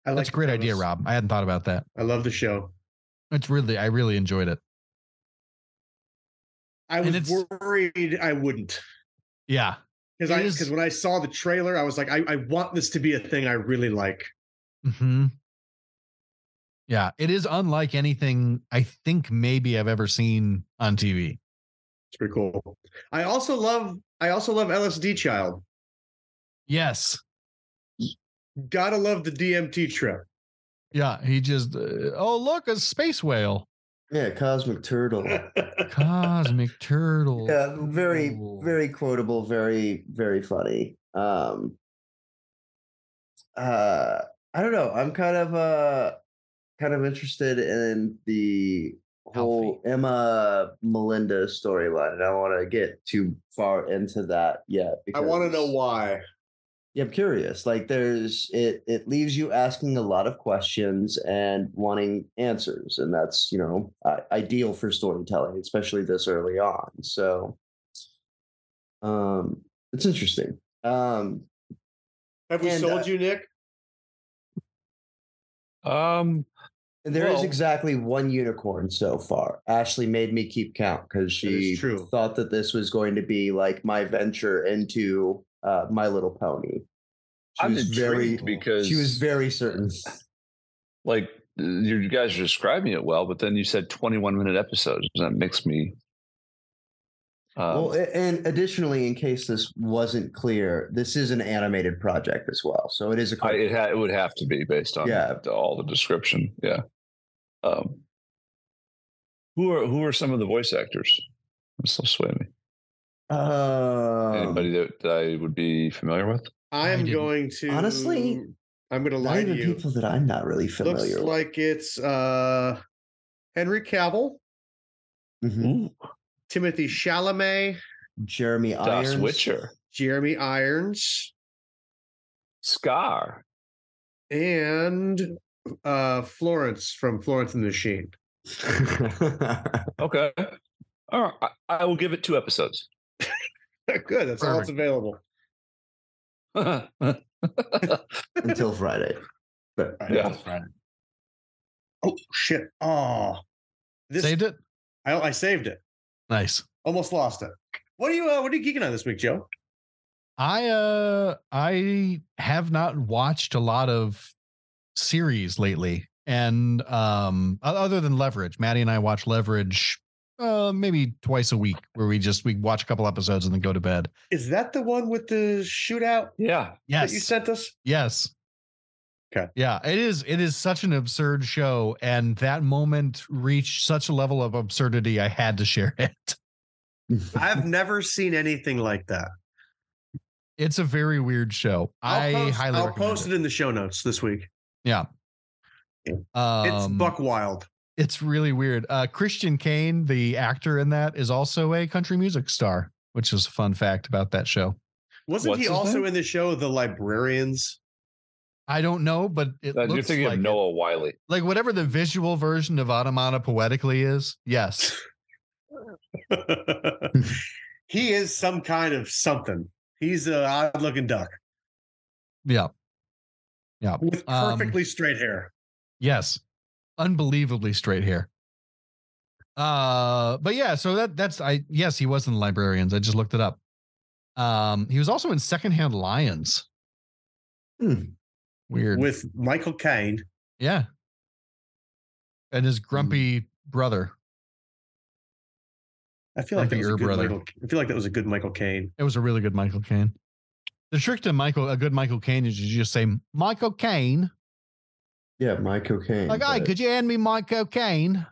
Speaker 2: I like
Speaker 1: That's a great
Speaker 2: the
Speaker 1: idea,
Speaker 2: premise.
Speaker 1: Rob. I hadn't thought about that.
Speaker 2: I love the show.
Speaker 1: It's really, I really enjoyed it.
Speaker 2: I
Speaker 1: And
Speaker 2: was
Speaker 1: it's-
Speaker 2: worried I wouldn't
Speaker 1: Yeah.
Speaker 2: because
Speaker 1: It
Speaker 2: I
Speaker 1: is-
Speaker 2: because when I saw the trailer, I was like, I, I want this to be a thing I really like.
Speaker 1: hmm Yeah. It is unlike anything I think maybe I've ever seen on TV.
Speaker 2: It's pretty cool. I also love I also love LSD Child.
Speaker 1: Yes.
Speaker 2: Gotta love the DMT trip.
Speaker 1: Yeah. He just, uh, oh, look, a space whale.
Speaker 3: Yeah, Cosmic Turtle.
Speaker 1: Cosmic Turtle.
Speaker 3: yeah, very,
Speaker 1: Ooh.
Speaker 3: very quotable, very, very funny. Um uh I don't know. I'm kind of uh kind of interested in the whole Emma Melinda storyline. And I don't want to get too far into that yet.
Speaker 2: I want to know
Speaker 3: because-
Speaker 2: why.
Speaker 3: yeah, I'm curious. Like there's it it leaves you asking a lot of questions and wanting answers. And that's, you know, i- ideal for storytelling, especially this early on. So um it's interesting. Um
Speaker 2: Have we
Speaker 3: And,
Speaker 2: sold
Speaker 3: uh,
Speaker 2: you, Nick?
Speaker 4: Um,
Speaker 3: and there is
Speaker 4: Well-
Speaker 3: exactly one unicorn so far. Ashley made me keep count because
Speaker 2: That is
Speaker 3: she
Speaker 2: true.
Speaker 3: thought that this was going to be like my venture into uh My Little Pony. She
Speaker 4: I'm
Speaker 3: was very
Speaker 4: intrigued because
Speaker 3: she was very certain.
Speaker 4: like uh, you guys are describing it well, but then you said 21 minute episodes. and That makes me. Um,
Speaker 3: well, a- and additionally, in case this wasn't clear, this is an animated project as well, so it is a.
Speaker 4: I,
Speaker 3: cartoon.
Speaker 4: it, ha- it would have to be based on
Speaker 3: Yeah.
Speaker 4: the- all the description. Yeah. Um, who are who are some of the voice actors? I'm still swimming.
Speaker 3: Um,
Speaker 4: Anybody that, that I would be familiar with?
Speaker 1: I
Speaker 2: I am
Speaker 1: didn't.
Speaker 2: going to
Speaker 3: Honestly,
Speaker 2: I'm going to
Speaker 3: not
Speaker 2: lie to
Speaker 3: even
Speaker 2: you.
Speaker 3: people that I'm not really
Speaker 2: Looks
Speaker 3: familiar
Speaker 2: like it's uh Henry Cavill,
Speaker 3: with. Mhm.
Speaker 2: Timothy Chalamet,
Speaker 3: Jeremy
Speaker 4: Das
Speaker 3: Irons,
Speaker 4: Witcher,
Speaker 2: Jeremy Irons,
Speaker 4: Scar.
Speaker 2: and uh Florence from Florence and the Machine.
Speaker 4: Okay. All right. I, I will give it two episodes.
Speaker 2: Good, that's all
Speaker 1: Perfect.
Speaker 2: that's available.
Speaker 3: until Friday. But
Speaker 4: Yeah.
Speaker 2: Oh shit! Oh, this
Speaker 1: Saved it?
Speaker 2: I, I saved it.
Speaker 1: Nice.
Speaker 2: Almost lost it. What are you? Uh, what are you geeking on this week, Joe?
Speaker 1: I uh I have not watched a lot of series lately. And um o- other than Leverage, Maddie and I watch Leverage uh maybe twice a week where we just we watch a couple episodes and then go to bed.
Speaker 2: Is that the one with the shootout
Speaker 4: yeah.
Speaker 2: that you sent us?
Speaker 1: Yes.
Speaker 2: Okay.
Speaker 1: Yeah, it is it is such an absurd show and that moment reached such a level of absurdity I had to share it.
Speaker 2: I've never seen anything like that.
Speaker 1: It's a very weird show. i
Speaker 2: I'll post,
Speaker 1: highly
Speaker 2: I'll
Speaker 1: recommend
Speaker 2: post it. in the show notes this week.
Speaker 1: Um,
Speaker 2: It's buck wild.
Speaker 1: It's really weird. Uh, Christian Kane, the actor in that, is also a country music star, which is a fun fact about that show.
Speaker 2: Wasn't
Speaker 4: what's
Speaker 2: he
Speaker 4: his
Speaker 2: also
Speaker 4: name?
Speaker 2: in the show The Librarians?
Speaker 1: I don't know, but it
Speaker 4: Uh,
Speaker 1: looks
Speaker 4: You're thinking
Speaker 1: like
Speaker 4: of
Speaker 1: it.
Speaker 4: Noah Wiley.
Speaker 1: like whatever the visual version of Automata poetically is. Yes, Hmm.
Speaker 2: he is some kind of something. He's a odd looking duck
Speaker 1: yeah, yeah,
Speaker 2: with
Speaker 1: Um,
Speaker 2: perfectly straight hair.
Speaker 1: yes, unbelievably straight hair. Uh, but yeah, so that that's I yes, he was in the Librarians. I just looked it up. Um, he was also in Secondhand Lions.
Speaker 3: Hmm.
Speaker 1: Weird.
Speaker 2: with Michael Caine.
Speaker 1: Yeah. And his grumpy brother.
Speaker 2: I feel like
Speaker 1: That'd be
Speaker 2: that was a
Speaker 1: your
Speaker 2: good
Speaker 1: brother.
Speaker 2: Michael, I feel like that was a good Michael Caine.
Speaker 1: It was a really good Michael Caine. The trick to Michael, a good Michael Caine, is you just say, Michael Caine.
Speaker 3: yeah, my cocaine.
Speaker 1: Like, hey,
Speaker 3: but-
Speaker 1: could you hand me my cocaine?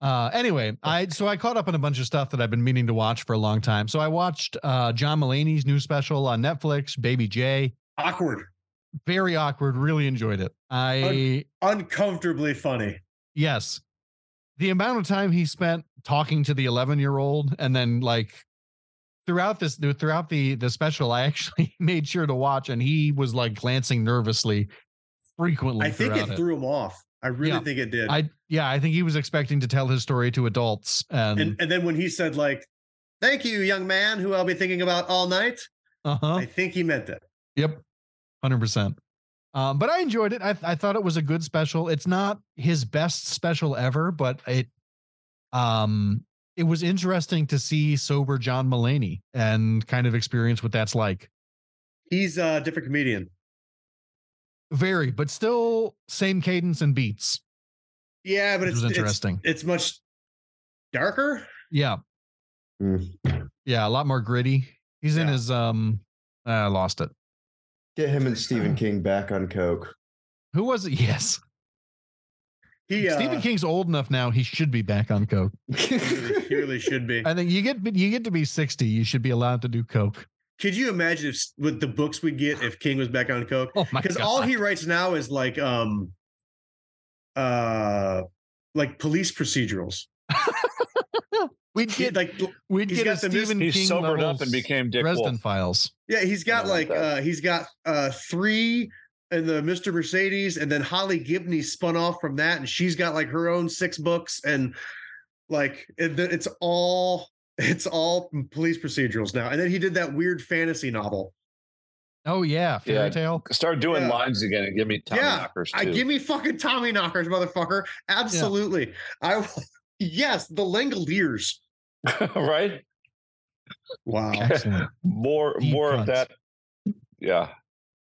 Speaker 1: uh, anyway, I so I caught up on a bunch of stuff that I've been meaning to watch for a long time. So I watched uh, John Mulaney's new special on Netflix, Baby J.
Speaker 2: Awkward,
Speaker 1: Very awkward. Really enjoyed it. I.
Speaker 2: uncomfortably funny.
Speaker 1: Yes. The amount of time he spent talking to the 11 year old and then like throughout this throughout the the special I actually made sure to watch and he was like glancing nervously frequently
Speaker 2: I think
Speaker 1: throughout
Speaker 2: it
Speaker 1: it.
Speaker 2: threw him off. I really
Speaker 1: Yeah.
Speaker 2: think it did.
Speaker 1: I yeah, I think he was expecting to tell his story to adults and,
Speaker 2: and and then when he said like, "Thank you, young man, who I'll be thinking about all night,"
Speaker 1: uh-huh.
Speaker 2: I think he meant it.
Speaker 1: Yep. 100%. Um, but I enjoyed it. I, I thought it was a good special. It's not his best special ever, but it um it was interesting to see sober John Mullaney and kind of experience what that's like.
Speaker 2: He's a different comedian.
Speaker 1: Very, but still same cadence and beats.
Speaker 2: Yeah, but
Speaker 1: Which
Speaker 2: it's
Speaker 1: was
Speaker 2: it's,
Speaker 1: interesting.
Speaker 2: it's much darker.
Speaker 1: Yeah.
Speaker 3: Mm.
Speaker 1: Yeah, a lot more gritty. He's in
Speaker 2: Yeah.
Speaker 1: his um I lost it.
Speaker 3: Get him and Stephen King back on Coke.
Speaker 1: Who was it? Yes.
Speaker 2: He uh,
Speaker 1: Stephen King's old enough now. He should be back on coke.
Speaker 2: he really- he really should be.
Speaker 1: I think you get you get to be 60, you should be allowed to do coke.
Speaker 2: Could you imagine if, with the books we get if King was back on coke?
Speaker 1: Oh my
Speaker 2: Because
Speaker 1: god.
Speaker 2: all he writes now is like um uh like police procedurals.
Speaker 1: we'd
Speaker 2: He-
Speaker 1: get
Speaker 2: like
Speaker 1: we'd
Speaker 2: he's
Speaker 1: get a
Speaker 2: got the mis-
Speaker 1: Stephen
Speaker 4: He
Speaker 1: King
Speaker 4: sobered up
Speaker 1: levels
Speaker 4: and became Dick
Speaker 1: Dresden
Speaker 4: Wolf.
Speaker 1: Files.
Speaker 2: yeah, he's got
Speaker 4: I like
Speaker 2: like
Speaker 4: that.
Speaker 2: uh he's got uh three and the Mr. Mercedes, and then Holly Gibney spun off from that, and she's got like her own six books, and like it, it's all it's all police procedurals now. And then he did that weird fantasy novel.
Speaker 1: Oh yeah, fairy
Speaker 4: Yeah.
Speaker 1: tale.
Speaker 4: Start doing
Speaker 2: Yeah.
Speaker 4: lines again and give me Tommy
Speaker 2: Yeah,
Speaker 4: Knockers too.
Speaker 2: I give me fucking Tommy knockers, motherfucker. Absolutely. I yes, the Langoliers.
Speaker 4: right?
Speaker 2: Wow.
Speaker 1: Excellent.
Speaker 4: More
Speaker 1: Deep
Speaker 4: more of
Speaker 1: cuts.
Speaker 4: that. Yeah.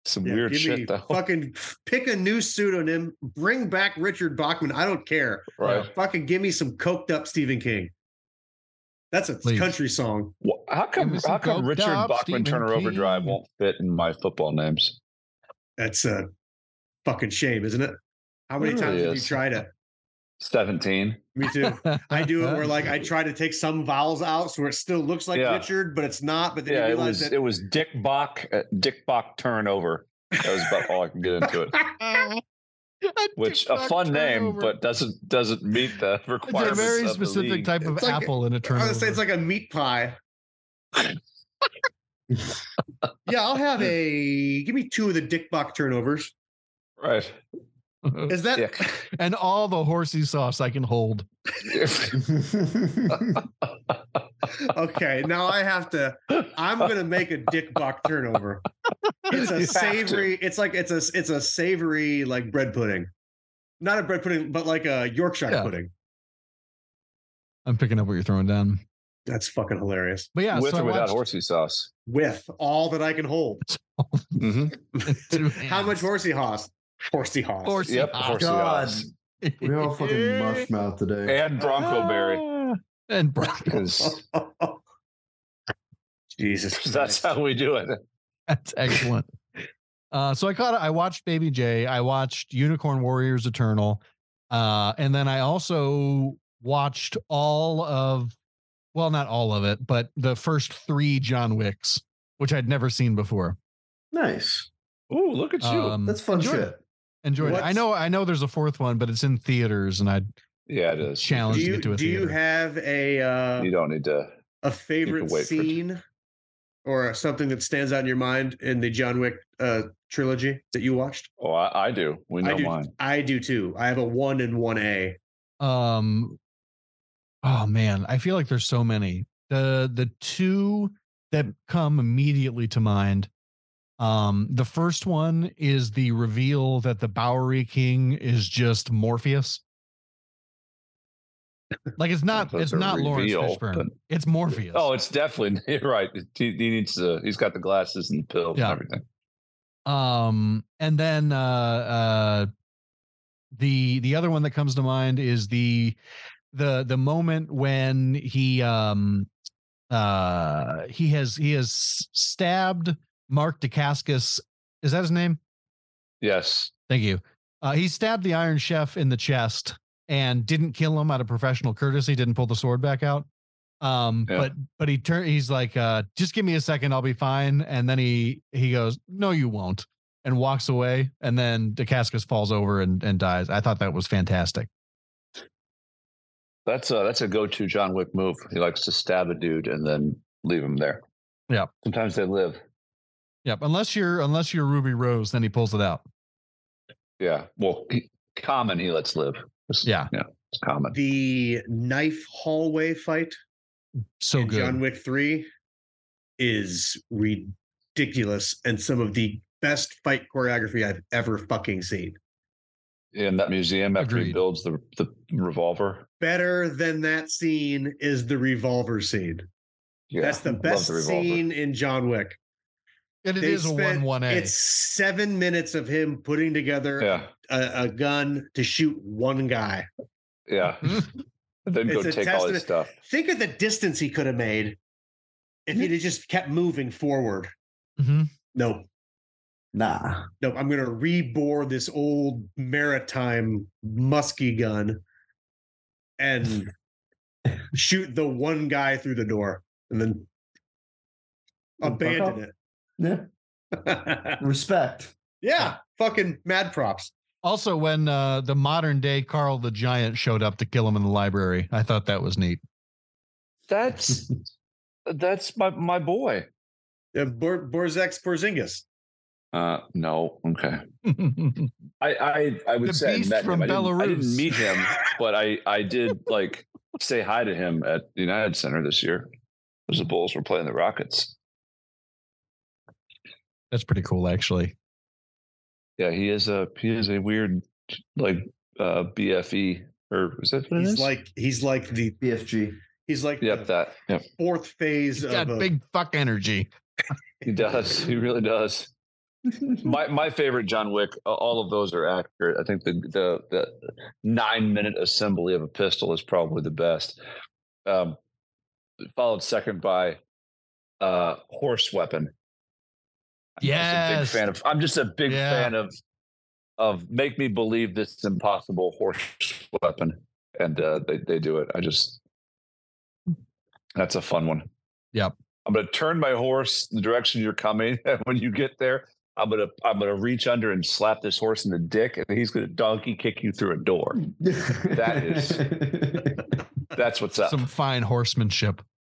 Speaker 4: Some
Speaker 2: Yeah,
Speaker 4: weird
Speaker 2: give me
Speaker 4: shit though.
Speaker 2: Fucking pick a new pseudonym, bring back Richard Bachman. I don't care.
Speaker 4: right.
Speaker 2: Fucking give me some coked up Stephen King. That's a
Speaker 1: Please.
Speaker 2: country song.
Speaker 4: Wh- How come
Speaker 1: me some
Speaker 4: how come
Speaker 1: Coke
Speaker 4: Richard
Speaker 1: Dobbs,
Speaker 4: Bachman
Speaker 1: Stephen
Speaker 4: Turner
Speaker 1: King.
Speaker 4: Overdrive won't fit in my football names?
Speaker 2: That's a fucking shame, isn't it? How many
Speaker 4: It
Speaker 2: times
Speaker 4: really
Speaker 2: have you
Speaker 4: is.
Speaker 2: tried it?
Speaker 4: 17.
Speaker 2: Me too. I do it where like I try to take some vowels out so it still looks like
Speaker 4: Yeah.
Speaker 2: Richard, but it's not. But then
Speaker 4: Yeah,
Speaker 2: you
Speaker 4: it
Speaker 2: realize
Speaker 4: was
Speaker 2: that
Speaker 4: it was Dick Bach uh, Dick Bach turnover. That was about all I can get into it. Which a fun name, but doesn't doesn't meet the
Speaker 1: it's a
Speaker 4: requirements.
Speaker 1: very
Speaker 4: of the
Speaker 1: specific
Speaker 4: league.
Speaker 1: type of
Speaker 2: It's like-
Speaker 1: apple in a
Speaker 2: I
Speaker 1: turnover.
Speaker 2: would say it's like a meat pie. yeah, I'll have a. Give me two of the Dick Buck turnovers.
Speaker 4: Right.
Speaker 2: Is that?
Speaker 4: Yeah.
Speaker 1: and all the horsey sauce I can hold.
Speaker 2: Okay, now I have to. I'm gonna make a Dick Buck turnover. It's
Speaker 4: You
Speaker 2: a
Speaker 4: have to.
Speaker 2: savory. It's like it's a it's a savory like bread pudding, not a bread pudding, but like a Yorkshire
Speaker 1: Yeah.
Speaker 2: pudding.
Speaker 1: I'm picking up what you're throwing down.
Speaker 2: That's fucking hilarious.
Speaker 1: But yeah,
Speaker 4: With
Speaker 1: so I
Speaker 4: or without
Speaker 1: watched
Speaker 4: horsey sauce.
Speaker 2: With all that I can hold.
Speaker 1: Mm-hmm. two
Speaker 2: How much
Speaker 1: hands.
Speaker 2: horsey hoss? Horsey hoss.
Speaker 1: Horsey
Speaker 4: Yep,
Speaker 1: sauce.
Speaker 4: horsey
Speaker 3: God.
Speaker 4: sauce.
Speaker 3: we all fucking mushmouth today.
Speaker 4: And Bronco Berry.
Speaker 1: Ah, And Bronco.
Speaker 4: Because
Speaker 2: Jesus.
Speaker 4: that's how we do it.
Speaker 1: That's excellent. Uh, so I caught. I watched Baby J. I watched Unicorn Warriors Eternal, uh, and then I also watched all of, well, not all of it, but the first three John Wicks, which I'd never seen before.
Speaker 3: Nice.
Speaker 4: Ooh, look at you.
Speaker 1: Um,
Speaker 3: That's fun
Speaker 1: enjoyed
Speaker 3: shit.
Speaker 1: It. Enjoyed it. I
Speaker 2: What's-
Speaker 1: know. I know. There's a fourth one, but it's in theaters, and I
Speaker 4: yeah, it is.
Speaker 2: do
Speaker 1: challenge to
Speaker 2: you,
Speaker 1: get to a
Speaker 2: do you
Speaker 1: theater.
Speaker 2: have a uh,
Speaker 4: You don't need to.
Speaker 2: a favorite
Speaker 4: wait for it.
Speaker 2: scene or something that stands out in your mind in the John Wick uh, trilogy that you watched?
Speaker 4: Oh, I, I do. We know
Speaker 2: I do.
Speaker 4: mine.
Speaker 2: I do too. I have a one and one A.
Speaker 1: um oh man i feel like there's so many the the two that come immediately to mind um the first one is the reveal that the bowery king is just morpheus like it's not
Speaker 4: That's
Speaker 1: it's
Speaker 4: a
Speaker 1: not lawrence
Speaker 4: reveal,
Speaker 1: fishburne
Speaker 4: but-
Speaker 1: it's morpheus
Speaker 4: Oh, it's definitely you're right. He, he needs to. He's got the glasses and the pills
Speaker 1: Yeah.
Speaker 4: and everything.
Speaker 1: um and then uh uh the the other one that comes to mind is the the the moment when he um uh he has he has s- stabbed mark dacascus is that his name
Speaker 4: Yes.
Speaker 1: thank you uh he stabbed the iron chef in the chest and didn't kill him out of professional courtesy didn't pull the sword back out um
Speaker 4: Yeah.
Speaker 1: but but he turned he's like uh just give me a second i'll be fine and then he he goes no you won't and walks away and then dacascus falls over and and dies i thought that was fantastic
Speaker 4: That's a that's a go-to John Wick move. He likes to stab a dude and then leave him there.
Speaker 1: Yeah.
Speaker 4: Sometimes they live.
Speaker 1: yep unless you're unless you're ruby rose then he pulls it out
Speaker 4: Yeah. Well, he, common he lets live. It's-
Speaker 1: Yeah.
Speaker 4: Yeah. It's common.
Speaker 2: The knife hallway fight
Speaker 1: so
Speaker 2: in
Speaker 1: good
Speaker 2: John Wick Three is ridiculous and some of the best fight choreography I've ever fucking seen.
Speaker 4: in that museum after he
Speaker 1: Agreed.
Speaker 4: builds the the revolver.
Speaker 2: Better than that scene is the revolver scene.
Speaker 4: Yeah,
Speaker 2: That's the
Speaker 4: love
Speaker 2: best
Speaker 4: revolver.
Speaker 2: scene in John Wick.
Speaker 1: And it
Speaker 2: They
Speaker 1: is a
Speaker 2: spent-
Speaker 1: one one A.
Speaker 2: It's seven minutes of him putting together
Speaker 4: Yeah,
Speaker 2: a, a gun to shoot one guy.
Speaker 4: yeah. And then go
Speaker 2: It's a
Speaker 4: take all his stuff.
Speaker 2: Think of the distance he could have made if he'd have just kept moving forward.
Speaker 1: Mhm.
Speaker 2: Nope.
Speaker 3: Nah.
Speaker 2: Nope. I'm going to rebore this old maritime musky gun and shoot the one guy through the door and then
Speaker 3: And fuck off.
Speaker 2: abandon it.
Speaker 3: Yeah. Respect.
Speaker 2: yeah. Fucking mad props.
Speaker 1: Also, when uh, the modern day Carl the Giant showed up to kill him in the library, I thought that was neat.
Speaker 4: That's that's my my boy.
Speaker 2: Uh, Bor- Borzek's Porzingis.
Speaker 4: Uh, no, okay.
Speaker 1: yeah,
Speaker 4: I I, I would
Speaker 1: The
Speaker 4: say
Speaker 1: beast
Speaker 4: I met
Speaker 1: from
Speaker 4: him. I didn't, I didn't
Speaker 1: Belarus.
Speaker 4: meet him, but I I did like say hi to him at the United Center this year. Because the Bulls were playing the Rockets.
Speaker 1: that's pretty cool, actually.
Speaker 4: Yeah, he is a he is a weird like uh BFE or is that what it
Speaker 2: He's
Speaker 4: is?
Speaker 2: like he's like the
Speaker 3: BFG.
Speaker 2: he's like
Speaker 4: Yep,
Speaker 2: the
Speaker 4: that. Yep.
Speaker 2: fourth phase
Speaker 1: He's
Speaker 2: of
Speaker 1: got
Speaker 2: a,
Speaker 1: big fuck energy.
Speaker 4: He does. He really does. My my favorite John Wick. a- All of those are accurate. I think the the, the nine minute assembly of a pistol is probably the best. Um, followed second by uh, horse weapon. I'm
Speaker 1: Yes.
Speaker 4: just a big fan of. I'm just a big
Speaker 1: Yeah.
Speaker 4: fan of of make me believe this is impossible horse weapon, and uh, they they do it. I just that's a fun one.
Speaker 1: Yep.
Speaker 4: I'm gonna turn my horse the direction you're coming. And when you get there, I'm gonna I'm gonna reach under and slap this horse in the dick, and he's gonna donkey kick you through a door.
Speaker 3: that
Speaker 4: is- That's what's up.
Speaker 1: Some fine horsemanship.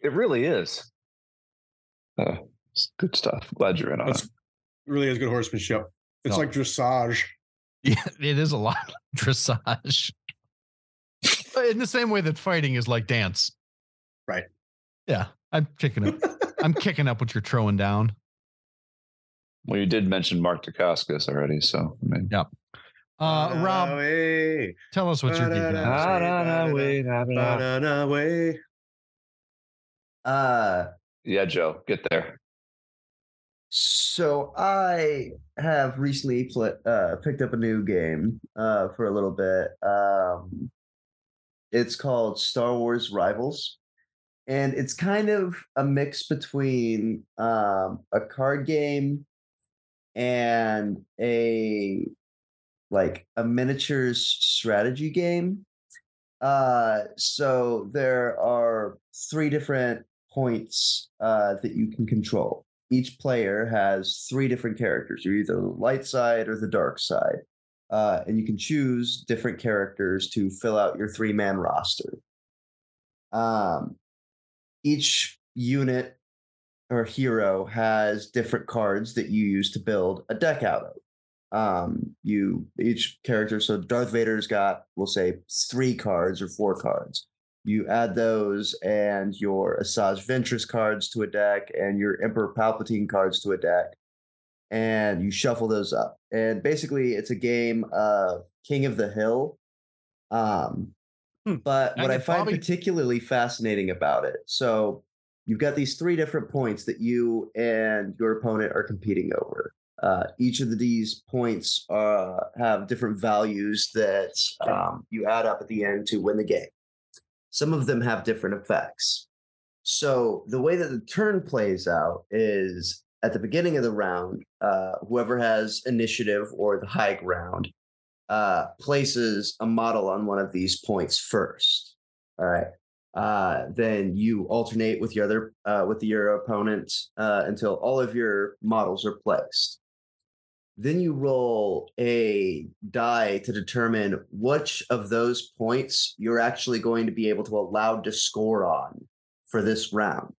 Speaker 4: It really is. Uh, it's good stuff. Glad you're in on
Speaker 2: That's-
Speaker 4: it.
Speaker 2: Uh, really is good horsemanship. It's
Speaker 1: No.
Speaker 2: like dressage.
Speaker 1: Yeah, it is a lot of dressage. In the same way that fighting is like dance.
Speaker 2: Right.
Speaker 1: Yeah. I'm kicking up. I'm kicking up what you're throwing down.
Speaker 4: Well, you did mention Mark Dacascos already, so I mean.
Speaker 1: Uh, Rob,
Speaker 2: Runaway,
Speaker 1: tell us what you're geeking out.
Speaker 2: Ah, da, da, wait, runaway.
Speaker 3: uh
Speaker 4: Yeah, Joe, get there.
Speaker 3: So I have recently pl- uh, picked up a new game uh, for a little bit. Um, it's called Star Wars Rivals, and it's kind of a mix between um, a card game and a like a miniatures strategy game. Uh, so there are three different points uh, that you can control each player has three different characters. You're either the light side or the dark side. Uh, and you can choose different characters to fill out your three man roster. Um, each unit or hero has different cards that you use to build a deck out of. Um, you each character, so Darth Vader's got, we'll say, three cards or four cards you add those and your Asajj Ventress cards to a deck and your Emperor Palpatine cards to a deck, and you shuffle those up. And basically, it's a game of King of the Hill. Um,
Speaker 2: Hmm.
Speaker 3: But
Speaker 1: I
Speaker 3: what I
Speaker 1: could
Speaker 3: find
Speaker 1: probably-
Speaker 3: particularly fascinating about it, so you've got these three different points that you and your opponent are competing over. Uh, each of these points uh, have different values that um, you add up at the end to win the game some of them have different effects. So the way that the turn plays out is at the beginning of the round, uh, whoever has initiative or the high ground uh, places a model on one of these points first. All right. Uh, then you alternate with your other uh, with your opponent uh, until all of your models are placed. Then you roll a die to determine which of those points you're actually going to be able to allow to score on for this round.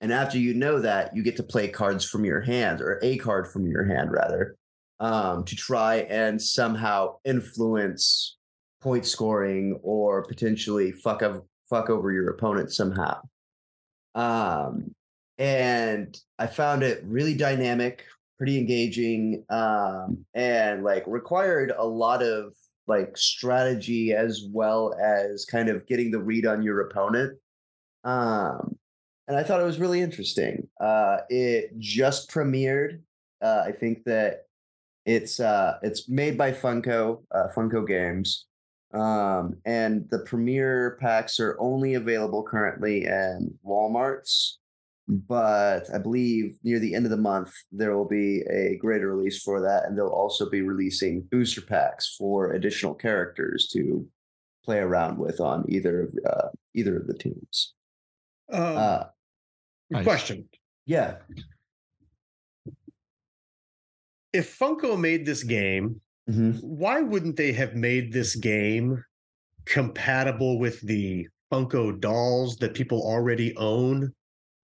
Speaker 3: And after you know that, you get to play cards from your hand, or a card from your hand, rather, um, to try and somehow influence point scoring or potentially fuck, up, fuck over your opponent somehow. Um, and I found it really dynamic, pretty engaging um, and like required a lot of like strategy as well as kind of getting the read on your opponent. Um, and I thought it was really interesting. Uh, it just premiered. Uh, I think that it's uh, it's made by Funko uh, Funko Games, um, and the premiere packs are only available currently in WalMarts. But I believe near the end of the month there will be a greater release for that, and they'll also be releasing booster packs for additional characters to play around with on either of uh, either of the teams.
Speaker 2: Um,
Speaker 3: Uh,
Speaker 1: Nice.
Speaker 2: Question:
Speaker 3: yeah,
Speaker 2: If Funko made this game,
Speaker 3: Mhm.
Speaker 2: why wouldn't they have made this game compatible with the Funko dolls that people already own?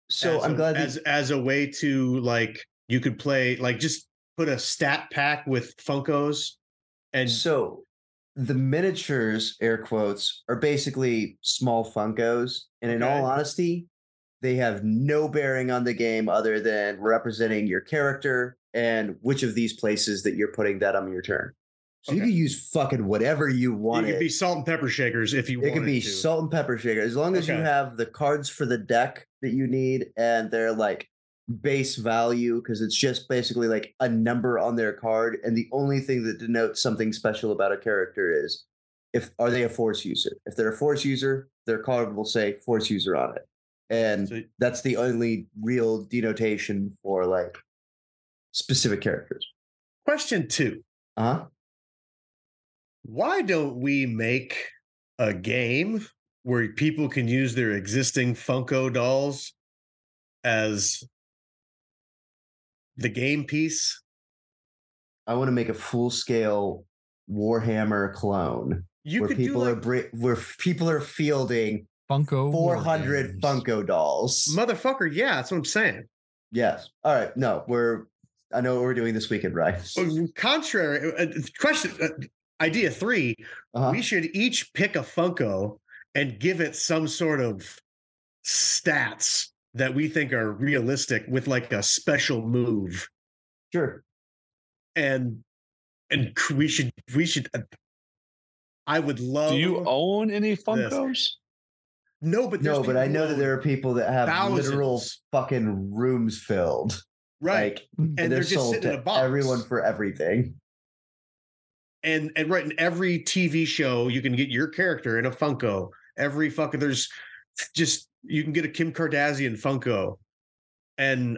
Speaker 3: So
Speaker 2: as
Speaker 3: I'm
Speaker 2: a-
Speaker 3: glad that
Speaker 2: as as a way to like you could play like just put a stat pack with Funkos and
Speaker 3: so the miniatures air quotes are basically small funkos and in all
Speaker 2: Okay.
Speaker 3: honesty they have no bearing on the game other than representing your character and which of these places that you're putting that on your turn so you
Speaker 2: Okay.
Speaker 3: can use fucking whatever you want
Speaker 2: it could be salt and pepper shakers if you
Speaker 3: it
Speaker 2: wanted
Speaker 3: could be
Speaker 2: to.
Speaker 3: salt and pepper shaker as long as you
Speaker 2: Okay.
Speaker 3: have the cards for the deck that you need and they're like base value because it's just basically like a number on their card and the only thing that denotes something special about a character is if are they a force user if they're a force user their card will say force user on it and
Speaker 2: So-
Speaker 3: that's the only real denotation for like specific characters
Speaker 2: Question two:
Speaker 3: uh-huh
Speaker 2: Why don't we make a game where people can use their existing Funko dolls as the game piece?
Speaker 3: i want to make a full scale warhammer clone
Speaker 2: You
Speaker 3: where
Speaker 2: could do
Speaker 3: people
Speaker 2: like,
Speaker 3: are bri- where f- people are fielding
Speaker 1: Funko. War
Speaker 3: 400
Speaker 1: Games.
Speaker 3: Funko dolls.
Speaker 2: motherfucker. Yeah, that's what I'm saying.
Speaker 3: yes. All right. No, we're. I know what we're doing this weekend, right?
Speaker 2: Uh, Contrary uh, uh, question. uh, idea three:
Speaker 3: Uh-huh.
Speaker 2: We should each pick a Funko and give it some sort of stats that we think are realistic with like a special move.
Speaker 3: Sure.
Speaker 2: and and c- we should we should uh, i would love
Speaker 4: Do you own any Funkos?
Speaker 2: no but there's
Speaker 3: No, but I
Speaker 2: people
Speaker 3: know
Speaker 2: who
Speaker 3: that there are people that have literal
Speaker 2: thousands.
Speaker 3: fucking rooms filled.
Speaker 2: right
Speaker 3: Like,
Speaker 1: And
Speaker 2: and
Speaker 3: they're,
Speaker 2: they're, just
Speaker 3: sold
Speaker 2: sitting
Speaker 3: to
Speaker 2: in a box
Speaker 3: everyone for everything.
Speaker 2: and and right in every tv show you can get your character in a funko every fucking there's just you can get a kim kardashian funko and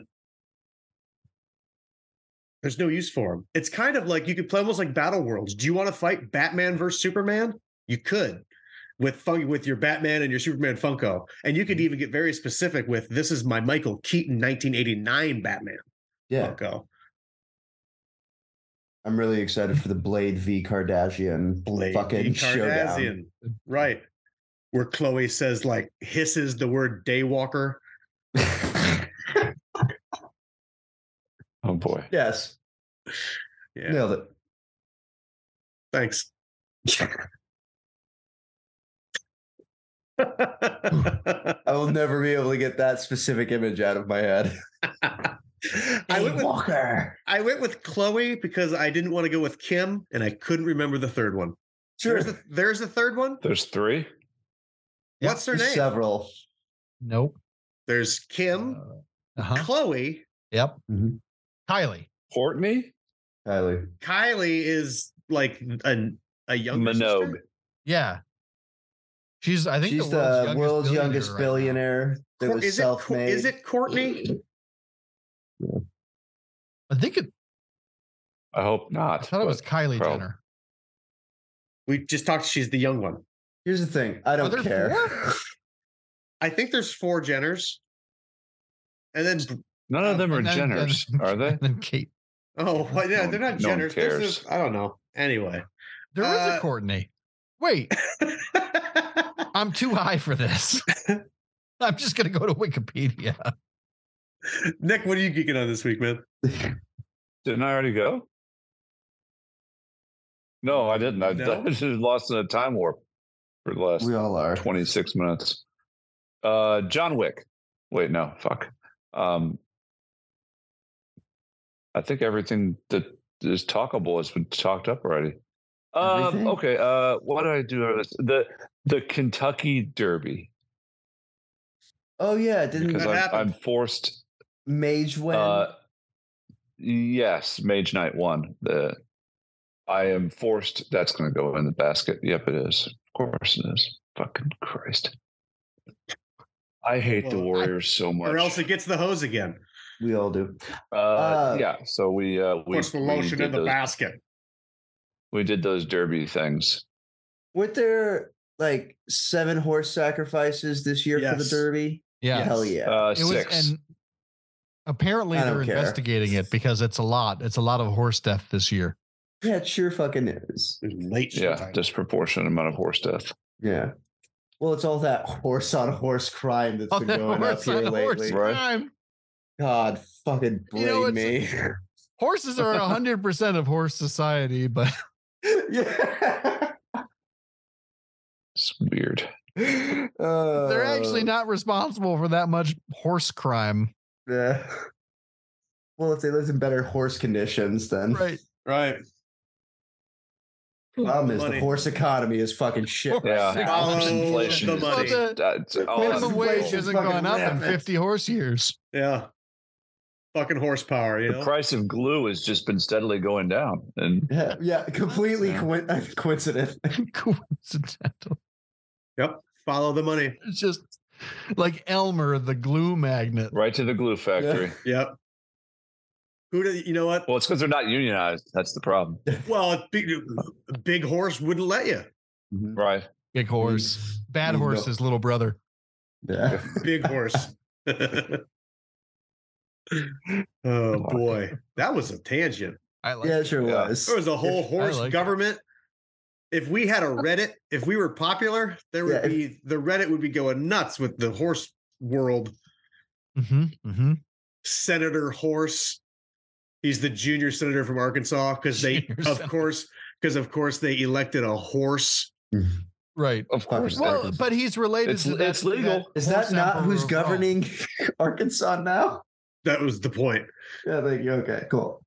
Speaker 2: there's no use for them it's kind of like you could play almost like battle worlds do you want to fight batman versus superman you could with fun- with your Batman and your Superman Funko, and you could even get very specific with this is my Michael Keaton 1989 Batman
Speaker 3: Yeah.
Speaker 2: Funko
Speaker 3: I'm really excited for the Blade v. Kardashian
Speaker 2: Blade
Speaker 3: fucking
Speaker 2: v.
Speaker 3: showdown.
Speaker 2: Kardashian, right? Where Chloe says like hisses the word Daywalker.
Speaker 4: Oh boy.
Speaker 3: Yes.
Speaker 2: Yeah,
Speaker 3: Nailed it.
Speaker 2: thanks.
Speaker 3: I will never be able to get that specific image out of my head.
Speaker 2: I went, with,
Speaker 3: Walker.
Speaker 2: I went with Chloe because I didn't want to go with Kim, and I couldn't remember the third one.
Speaker 3: Sure.
Speaker 2: There's a, there's a third one.
Speaker 4: There's three.
Speaker 1: Yeah.
Speaker 2: What's her
Speaker 3: There's
Speaker 2: name?
Speaker 3: Several.
Speaker 1: Nope.
Speaker 2: There's Kim,
Speaker 1: Uh huh.
Speaker 2: Chloe,
Speaker 1: Yep.
Speaker 3: Mhm.
Speaker 1: Kylie.
Speaker 4: Courtney?
Speaker 3: Kylie.
Speaker 2: Kylie is like a a young
Speaker 4: Minogue.
Speaker 1: Yeah. She's. I think
Speaker 3: She's the world's youngest,
Speaker 1: billionaire.
Speaker 3: billionaire, that was
Speaker 2: is it Co-
Speaker 3: self-made.
Speaker 2: is it Courtney?
Speaker 1: right now. I think it.
Speaker 4: I hope not.
Speaker 1: I thought it was Kylie
Speaker 4: Bro.
Speaker 1: Jenner.
Speaker 2: We just talked. She's the young one.
Speaker 3: Here's the thing. I don't
Speaker 1: there
Speaker 3: care.
Speaker 1: four?
Speaker 2: I think there's four Jenners. And then
Speaker 4: None of them are
Speaker 1: And then-
Speaker 4: Jenners,
Speaker 1: and-
Speaker 4: are they?
Speaker 1: and then Kate.
Speaker 2: oh well, yeah,
Speaker 4: No-
Speaker 2: they're not
Speaker 4: no one
Speaker 2: Jenners. There's
Speaker 4: cares.
Speaker 2: this- I don't know. Anyway.
Speaker 1: There is
Speaker 2: Uh,
Speaker 1: a Courtney. Wait, I'm too high for this. I'm just gonna go to Wikipedia.
Speaker 2: Nick, what are you geeking on this week, man?
Speaker 4: Didn't I already go? No, I didn't. I,
Speaker 2: No?
Speaker 4: I just lost in a time warp for the last
Speaker 3: we all are.
Speaker 4: 26 minutes. Uh, John Wick. Wait, no, fuck. Um, I think everything that is talkable has been talked up already. Um,
Speaker 3: Everything?
Speaker 4: okay. Uh, what did I do? on this? The the Kentucky Derby
Speaker 3: Oh yeah, didn't
Speaker 4: because
Speaker 2: that
Speaker 4: I'm,
Speaker 2: happen?
Speaker 4: I'm forced.
Speaker 3: Mage win?
Speaker 4: Uh, yes, Mage Knight won. The I am forced. That's going to go in the basket. Yep, it is. Of course, it is. Fucking Christ! I hate the
Speaker 2: Well, I-
Speaker 4: Warriors so much.
Speaker 2: or else it gets the hose again.
Speaker 3: we all do.
Speaker 4: uh,
Speaker 3: uh,
Speaker 4: yeah. So we uh, we
Speaker 2: Puts the
Speaker 4: we
Speaker 2: lotion
Speaker 4: did
Speaker 2: in the
Speaker 4: those,
Speaker 2: basket.
Speaker 4: we did those Derby things.
Speaker 3: Weren't there like seven horse sacrifices this year for
Speaker 2: Yes.
Speaker 3: the Derby?
Speaker 1: Yeah.
Speaker 3: Hell yeah.
Speaker 4: Uh,
Speaker 1: It was
Speaker 4: six.
Speaker 1: and apparently
Speaker 3: I don't
Speaker 1: they're
Speaker 3: care.
Speaker 1: investigating it because it's a lot. It's a lot of horse death this year.
Speaker 3: yeah, it sure fucking is.
Speaker 2: Late
Speaker 4: yeah,
Speaker 2: sometime.
Speaker 4: disproportionate amount of horse death.
Speaker 3: Yeah. Well, it's all that horse on horse crime that's
Speaker 1: Oh,
Speaker 3: been
Speaker 1: that
Speaker 3: going up
Speaker 1: horse
Speaker 3: here
Speaker 1: on horse
Speaker 3: lately.
Speaker 4: Right.
Speaker 1: crime.
Speaker 3: God fucking blame
Speaker 1: You know,
Speaker 3: me.
Speaker 1: it's- Horses are hundred percent of horse society, but
Speaker 3: yeah.
Speaker 4: It's weird.
Speaker 1: they're
Speaker 3: Uh. Oh,
Speaker 1: actually not responsible for that much horse crime.
Speaker 3: Yeah. Well, if they lived in better horse conditions, then
Speaker 1: Right.
Speaker 2: right.
Speaker 3: problem is
Speaker 2: Money.
Speaker 3: the horse economy is fucking shit.
Speaker 4: Yeah,
Speaker 1: Horse
Speaker 4: how much
Speaker 2: Follow
Speaker 4: inflation
Speaker 2: Oh, the
Speaker 4: is
Speaker 2: money.
Speaker 4: that- that's all
Speaker 3: Minimum
Speaker 1: Minimum
Speaker 4: unreal.
Speaker 1: wage
Speaker 3: inflation
Speaker 1: hasn't
Speaker 3: fucking
Speaker 1: gone up in
Speaker 3: rampant.
Speaker 1: fifty horse years.
Speaker 2: Yeah. Fucking horsepower, you
Speaker 4: The
Speaker 2: know.
Speaker 4: price of glue has just been steadily going down, and
Speaker 3: Yeah, yeah, completely
Speaker 4: Yeah.
Speaker 3: coin- coincident.
Speaker 1: Coincidental.
Speaker 2: Follow the money.
Speaker 1: It's just like Elmer, the glue magnet.
Speaker 4: right to the glue factory.
Speaker 2: Yep. Who do you know what?
Speaker 4: Well, it's because they're not unionized. That's the problem,
Speaker 2: Well, a big, a big horse wouldn't let you.
Speaker 4: right?
Speaker 1: Big horse. Bad
Speaker 3: Mm, no.
Speaker 1: horse is little brother.
Speaker 3: Yeah.
Speaker 2: Big horse. oh boy, that was a tangent.
Speaker 1: I like
Speaker 3: Yeah, it sure
Speaker 4: Yeah.
Speaker 3: was.
Speaker 2: There was a whole horse
Speaker 1: like it.
Speaker 2: government. If we had a Reddit, if we were popular, there would
Speaker 3: Yeah, if-
Speaker 2: be the Reddit would be going nuts with the horse world.
Speaker 1: Mm-hmm, mm-hmm.
Speaker 2: Senator Horse. He's the junior senator from Arkansas because they,
Speaker 1: Junior
Speaker 2: of
Speaker 1: senator.
Speaker 2: course, because of course they elected a horse.
Speaker 1: Right.
Speaker 4: Of course,
Speaker 3: Well,
Speaker 1: Well,
Speaker 4: they're-
Speaker 1: but he's related
Speaker 4: It's-
Speaker 1: to that-
Speaker 4: it's legal.
Speaker 1: that
Speaker 3: Is that
Speaker 1: horse
Speaker 3: not
Speaker 1: emperor
Speaker 3: who's
Speaker 1: of Rome.
Speaker 3: governing Arkansas now?
Speaker 2: That was the point.
Speaker 3: Yeah, thank you. Okay, cool.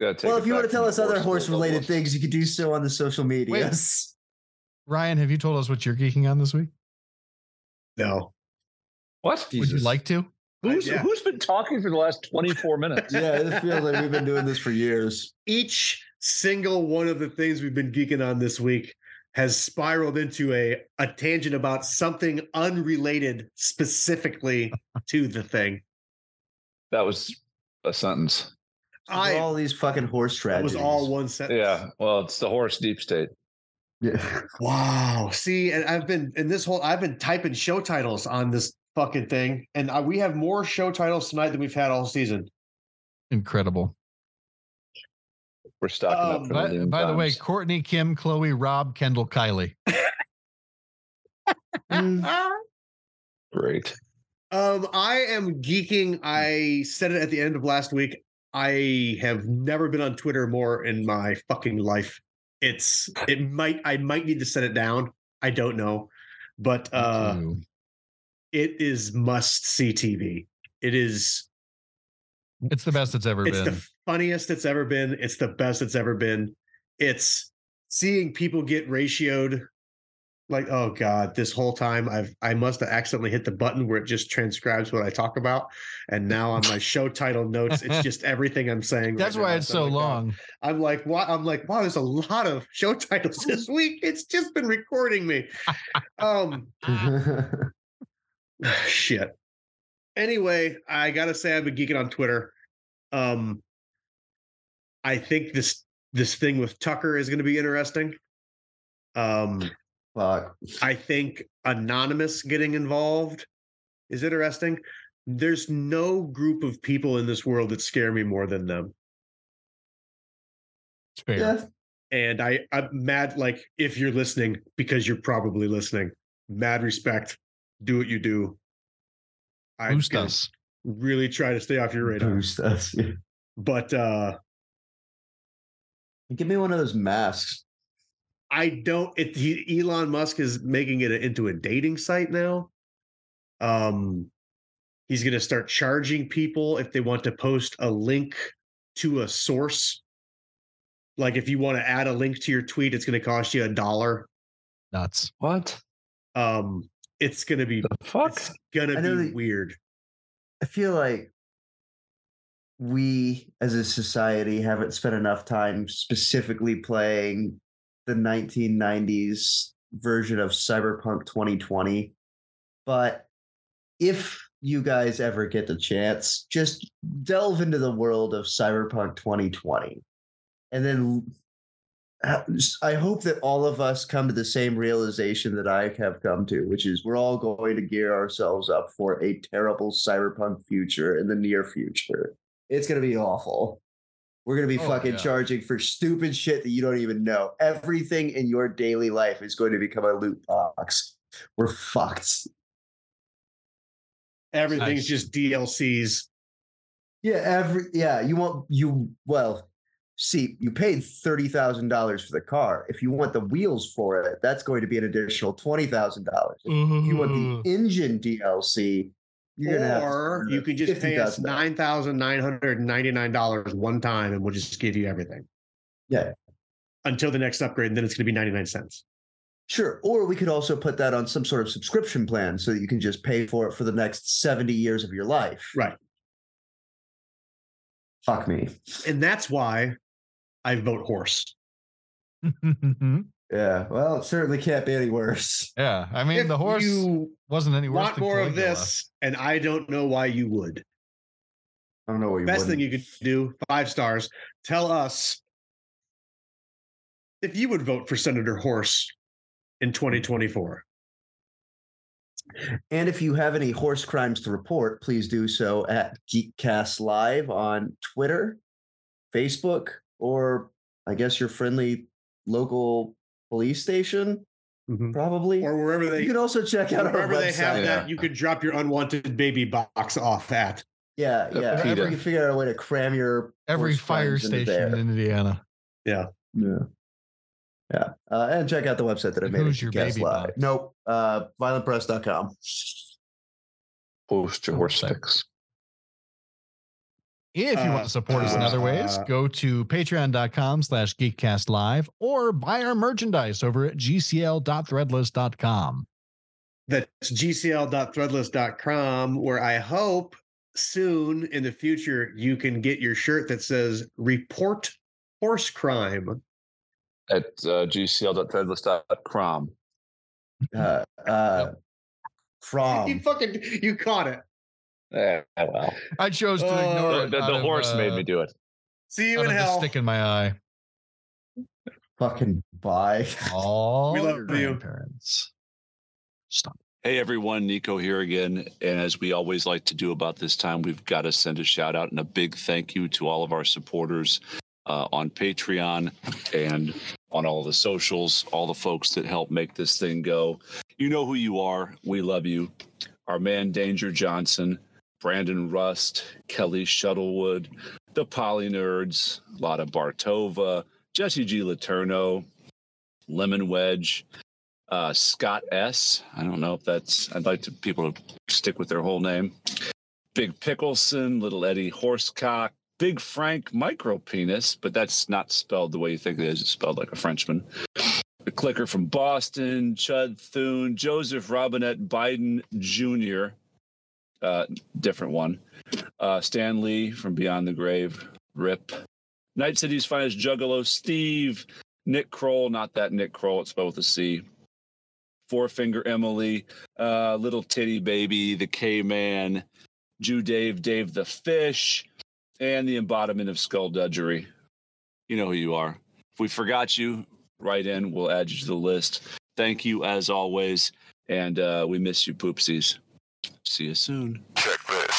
Speaker 4: gotta take
Speaker 3: well,
Speaker 4: it
Speaker 3: if you want
Speaker 4: back
Speaker 3: to tell
Speaker 4: from
Speaker 3: us other
Speaker 4: horse
Speaker 3: horse
Speaker 4: to little
Speaker 3: related
Speaker 4: horse.
Speaker 3: things, you can do so on the social medias.
Speaker 1: um, Ryan, have you told us what you're geeking on this week?
Speaker 2: No.
Speaker 4: what?
Speaker 1: Would you like to?
Speaker 4: Who's
Speaker 2: Yeah.
Speaker 4: who's been talking for the last twenty four minutes?
Speaker 3: yeah, it feels like we've been doing this for years.
Speaker 2: Each single one of the things we've been geeking on this week has spiraled into a, a tangent about something unrelated specifically to the thing.
Speaker 4: That was a sentence.
Speaker 2: I
Speaker 3: all these fucking horse
Speaker 2: that
Speaker 3: tragedies.
Speaker 2: was all one sentence.
Speaker 4: Yeah. Well, it's the horse deep state.
Speaker 3: Yeah.
Speaker 2: Wow. See, and I've been in this whole I've been typing show titles on this fucking thing, and I, we have more show titles tonight than we've had all season.
Speaker 1: Incredible.
Speaker 4: We're stocking up
Speaker 2: Um,
Speaker 4: for
Speaker 1: By,
Speaker 4: the
Speaker 1: by the way,
Speaker 4: times.
Speaker 1: Courtney, Kim, Chloe, Rob, Kendall, Kylie.
Speaker 3: Mm,
Speaker 4: great.
Speaker 2: Um, I am geeking. I said it at the end of last week. I have never been on Twitter more in my fucking life. It's it might I might need to set it down. I don't know, but uh
Speaker 1: Ooh.
Speaker 2: it is must see TV. It is
Speaker 1: it's the best it's ever
Speaker 2: it's
Speaker 1: been.
Speaker 2: the funniest it's ever been. It's the best it's ever been. It's seeing people get ratioed. Like, oh God, this whole time I've I must have accidentally hit the button where it just transcribes what I talk about. And now on my show title notes, it's just everything I'm saying.
Speaker 1: That's
Speaker 2: right
Speaker 1: why
Speaker 2: now.
Speaker 1: it's
Speaker 2: So
Speaker 1: so
Speaker 2: I'm like, oh.
Speaker 1: long.
Speaker 2: I'm like, wow, I'm like, wow, there's a lot of show titles this week. It's just been recording me. Um
Speaker 1: Ah.
Speaker 2: Shit. Anyway, I gotta say I've been geeking on Twitter. Um, I think this this thing with Tucker is going to be interesting. Um,
Speaker 3: Fuck.
Speaker 2: I think anonymous getting involved is interesting. There's no group of people in this world that scare me more than them.
Speaker 1: It's fair.
Speaker 3: Yeah.
Speaker 2: And I, I'm mad. Like, if you're listening, because you're probably listening, mad respect. Do what you do. I'm
Speaker 1: Boost
Speaker 2: gonna
Speaker 1: us.
Speaker 2: Really try to stay off your radar.
Speaker 3: Boost us. Yeah.
Speaker 2: but uh
Speaker 3: Give me one of those masks.
Speaker 2: i don't it he, elon musk is making it into a dating site now um He's going to start charging people if they want to post a link to a source. Like if you want to add a link to your tweet, it's going to cost you a dollar.
Speaker 1: Nuts.
Speaker 6: What
Speaker 2: Um, it's going to be
Speaker 6: the fuck?
Speaker 2: it's going to
Speaker 3: I know
Speaker 2: be
Speaker 3: that-
Speaker 2: weird.
Speaker 3: I feel like we as a society haven't spent enough time specifically playing the 1990s version of Cyberpunk 2020. But if you guys ever get the chance, just delve into the world of Cyberpunk 2020. And then uh, I hope that all of us come to the same realization that I have come to, which is we're all going to gear ourselves up for a terrible cyberpunk future in the near future. It's going to be awful. We're going to be
Speaker 1: Oh,
Speaker 3: fucking
Speaker 1: yeah.
Speaker 3: charging for stupid shit that you don't even know. Everything in your daily life is going to become a loot box. We're fucked.
Speaker 2: Everything's
Speaker 1: Nice.
Speaker 2: just DLCs.
Speaker 3: Yeah, every yeah, you want you well, see, you paid thirty thousand dollars for the car. If you want the wheels for it, that's going to be an additional twenty thousand dollars. If you
Speaker 2: Mm.
Speaker 3: want the engine DLC, you're gonna have to
Speaker 2: or
Speaker 3: spend
Speaker 2: you can just pay us
Speaker 3: $50,000.
Speaker 2: nine thousand nine hundred and ninety nine dollars one time, and we'll just give you everything.
Speaker 3: Yeah.
Speaker 2: Until the next upgrade, and then it's going to be ninety nine cents.
Speaker 3: Sure. Or we could also put that on some sort of subscription plan so that you can just pay for it for the next 70 years of your life.
Speaker 2: Right.
Speaker 3: Fuck me.
Speaker 2: And that's why I vote horse.
Speaker 3: Yeah. Well, it certainly can't be any worse.
Speaker 1: yeah, I mean
Speaker 2: If
Speaker 1: the horse
Speaker 2: you
Speaker 1: wasn't any worse.
Speaker 2: want
Speaker 1: than
Speaker 2: more of
Speaker 1: Caligula.
Speaker 2: this, and I don't know why you would.
Speaker 3: I don't know what you
Speaker 2: Best
Speaker 3: wouldn't.
Speaker 2: thing you could do, five stars. Tell us if you would vote for Senator Horse in 2024.
Speaker 3: And if you have any horse crimes to report, please do so at Geekcast Live on Twitter, Facebook, or I guess your friendly local police station, probably.
Speaker 2: Or wherever they
Speaker 3: Mm-hmm. you can also check out our
Speaker 2: wherever they
Speaker 3: website.
Speaker 2: have
Speaker 6: Yeah.
Speaker 2: that, you could drop your unwanted baby box off at.
Speaker 3: yeah,
Speaker 6: The
Speaker 3: yeah.
Speaker 1: PETA.
Speaker 3: you can figure out a way to cram your
Speaker 1: Every
Speaker 3: horse
Speaker 1: fire
Speaker 3: crimes into
Speaker 1: station
Speaker 3: there.
Speaker 1: in Indiana.
Speaker 3: Yeah. Yeah. Uh, and check out the website that I
Speaker 1: And
Speaker 3: made.
Speaker 1: who's your
Speaker 3: Geekcast
Speaker 1: baby
Speaker 3: Live.
Speaker 1: box?
Speaker 3: Nope. Uh, violentpress.com.
Speaker 6: Post your horse
Speaker 1: Okay.
Speaker 6: picks.
Speaker 1: If you
Speaker 2: Uh,
Speaker 1: want to support us in other ways,
Speaker 2: uh,
Speaker 1: go to patreon.com slash geekcast live or buy our merchandise over at gcl.threadless.com.
Speaker 2: That's gcl.threadless.com, where I hope soon in the future you can get your shirt that says report horse crime.
Speaker 6: at uh, gcl.threadless.com.
Speaker 3: Uh, uh,
Speaker 2: You
Speaker 3: Crom.
Speaker 2: fucking you caught it.
Speaker 4: Eh,
Speaker 6: Yeah, well,
Speaker 1: I chose to ignore
Speaker 6: the,
Speaker 1: it.
Speaker 6: the-
Speaker 1: out
Speaker 6: the
Speaker 1: of,
Speaker 6: horse made
Speaker 1: uh,
Speaker 6: me do it.
Speaker 2: See Oh, you
Speaker 1: out
Speaker 2: in
Speaker 1: of the
Speaker 2: hell.
Speaker 1: stick in my eye.
Speaker 3: Fucking bye.
Speaker 1: All
Speaker 2: love
Speaker 1: your
Speaker 2: you.
Speaker 1: grandparents. Stop.
Speaker 4: Hey everyone, Nico here again. And as we always like to do about this time, we've got to send a shout out and a big thank you to all of our supporters uh, on Patreon and on all the socials, all the folks that help make this thing go. You know who you are. We love you. Our man Danger Johnson, Brandon Rust, Kelly Shuttlewood, the Poly Nerds, Lotta Bartova, Jesse G. Letourneau, Lemon Wedge, uh, Scott S. I don't know if that's. I'd like to people to stick with their whole name. Big Pickleson, Little Eddie Horsecock, Big Frank Micropenis, but that's not spelled the way you think it is. It's spelled like a Frenchman. The Clicker from Boston, Chud Thune, Joseph Robinette Biden Jr. Uh, different one. Uh, Stan Lee from Beyond the Grave, Rip. Night City's finest Juggalo, Steve. Nick Kroll, not that Nick Kroll, it's spelled with a C. Four Finger Emily, uh, Little Titty Baby, The K Man, Jew Dave, Dave the Fish, and the embodiment of skullduggery. You know who you are. If we forgot you, write in. We'll add you to the list. Thank you as always. And uh, we miss you, poopsies. See you soon.
Speaker 7: Check this.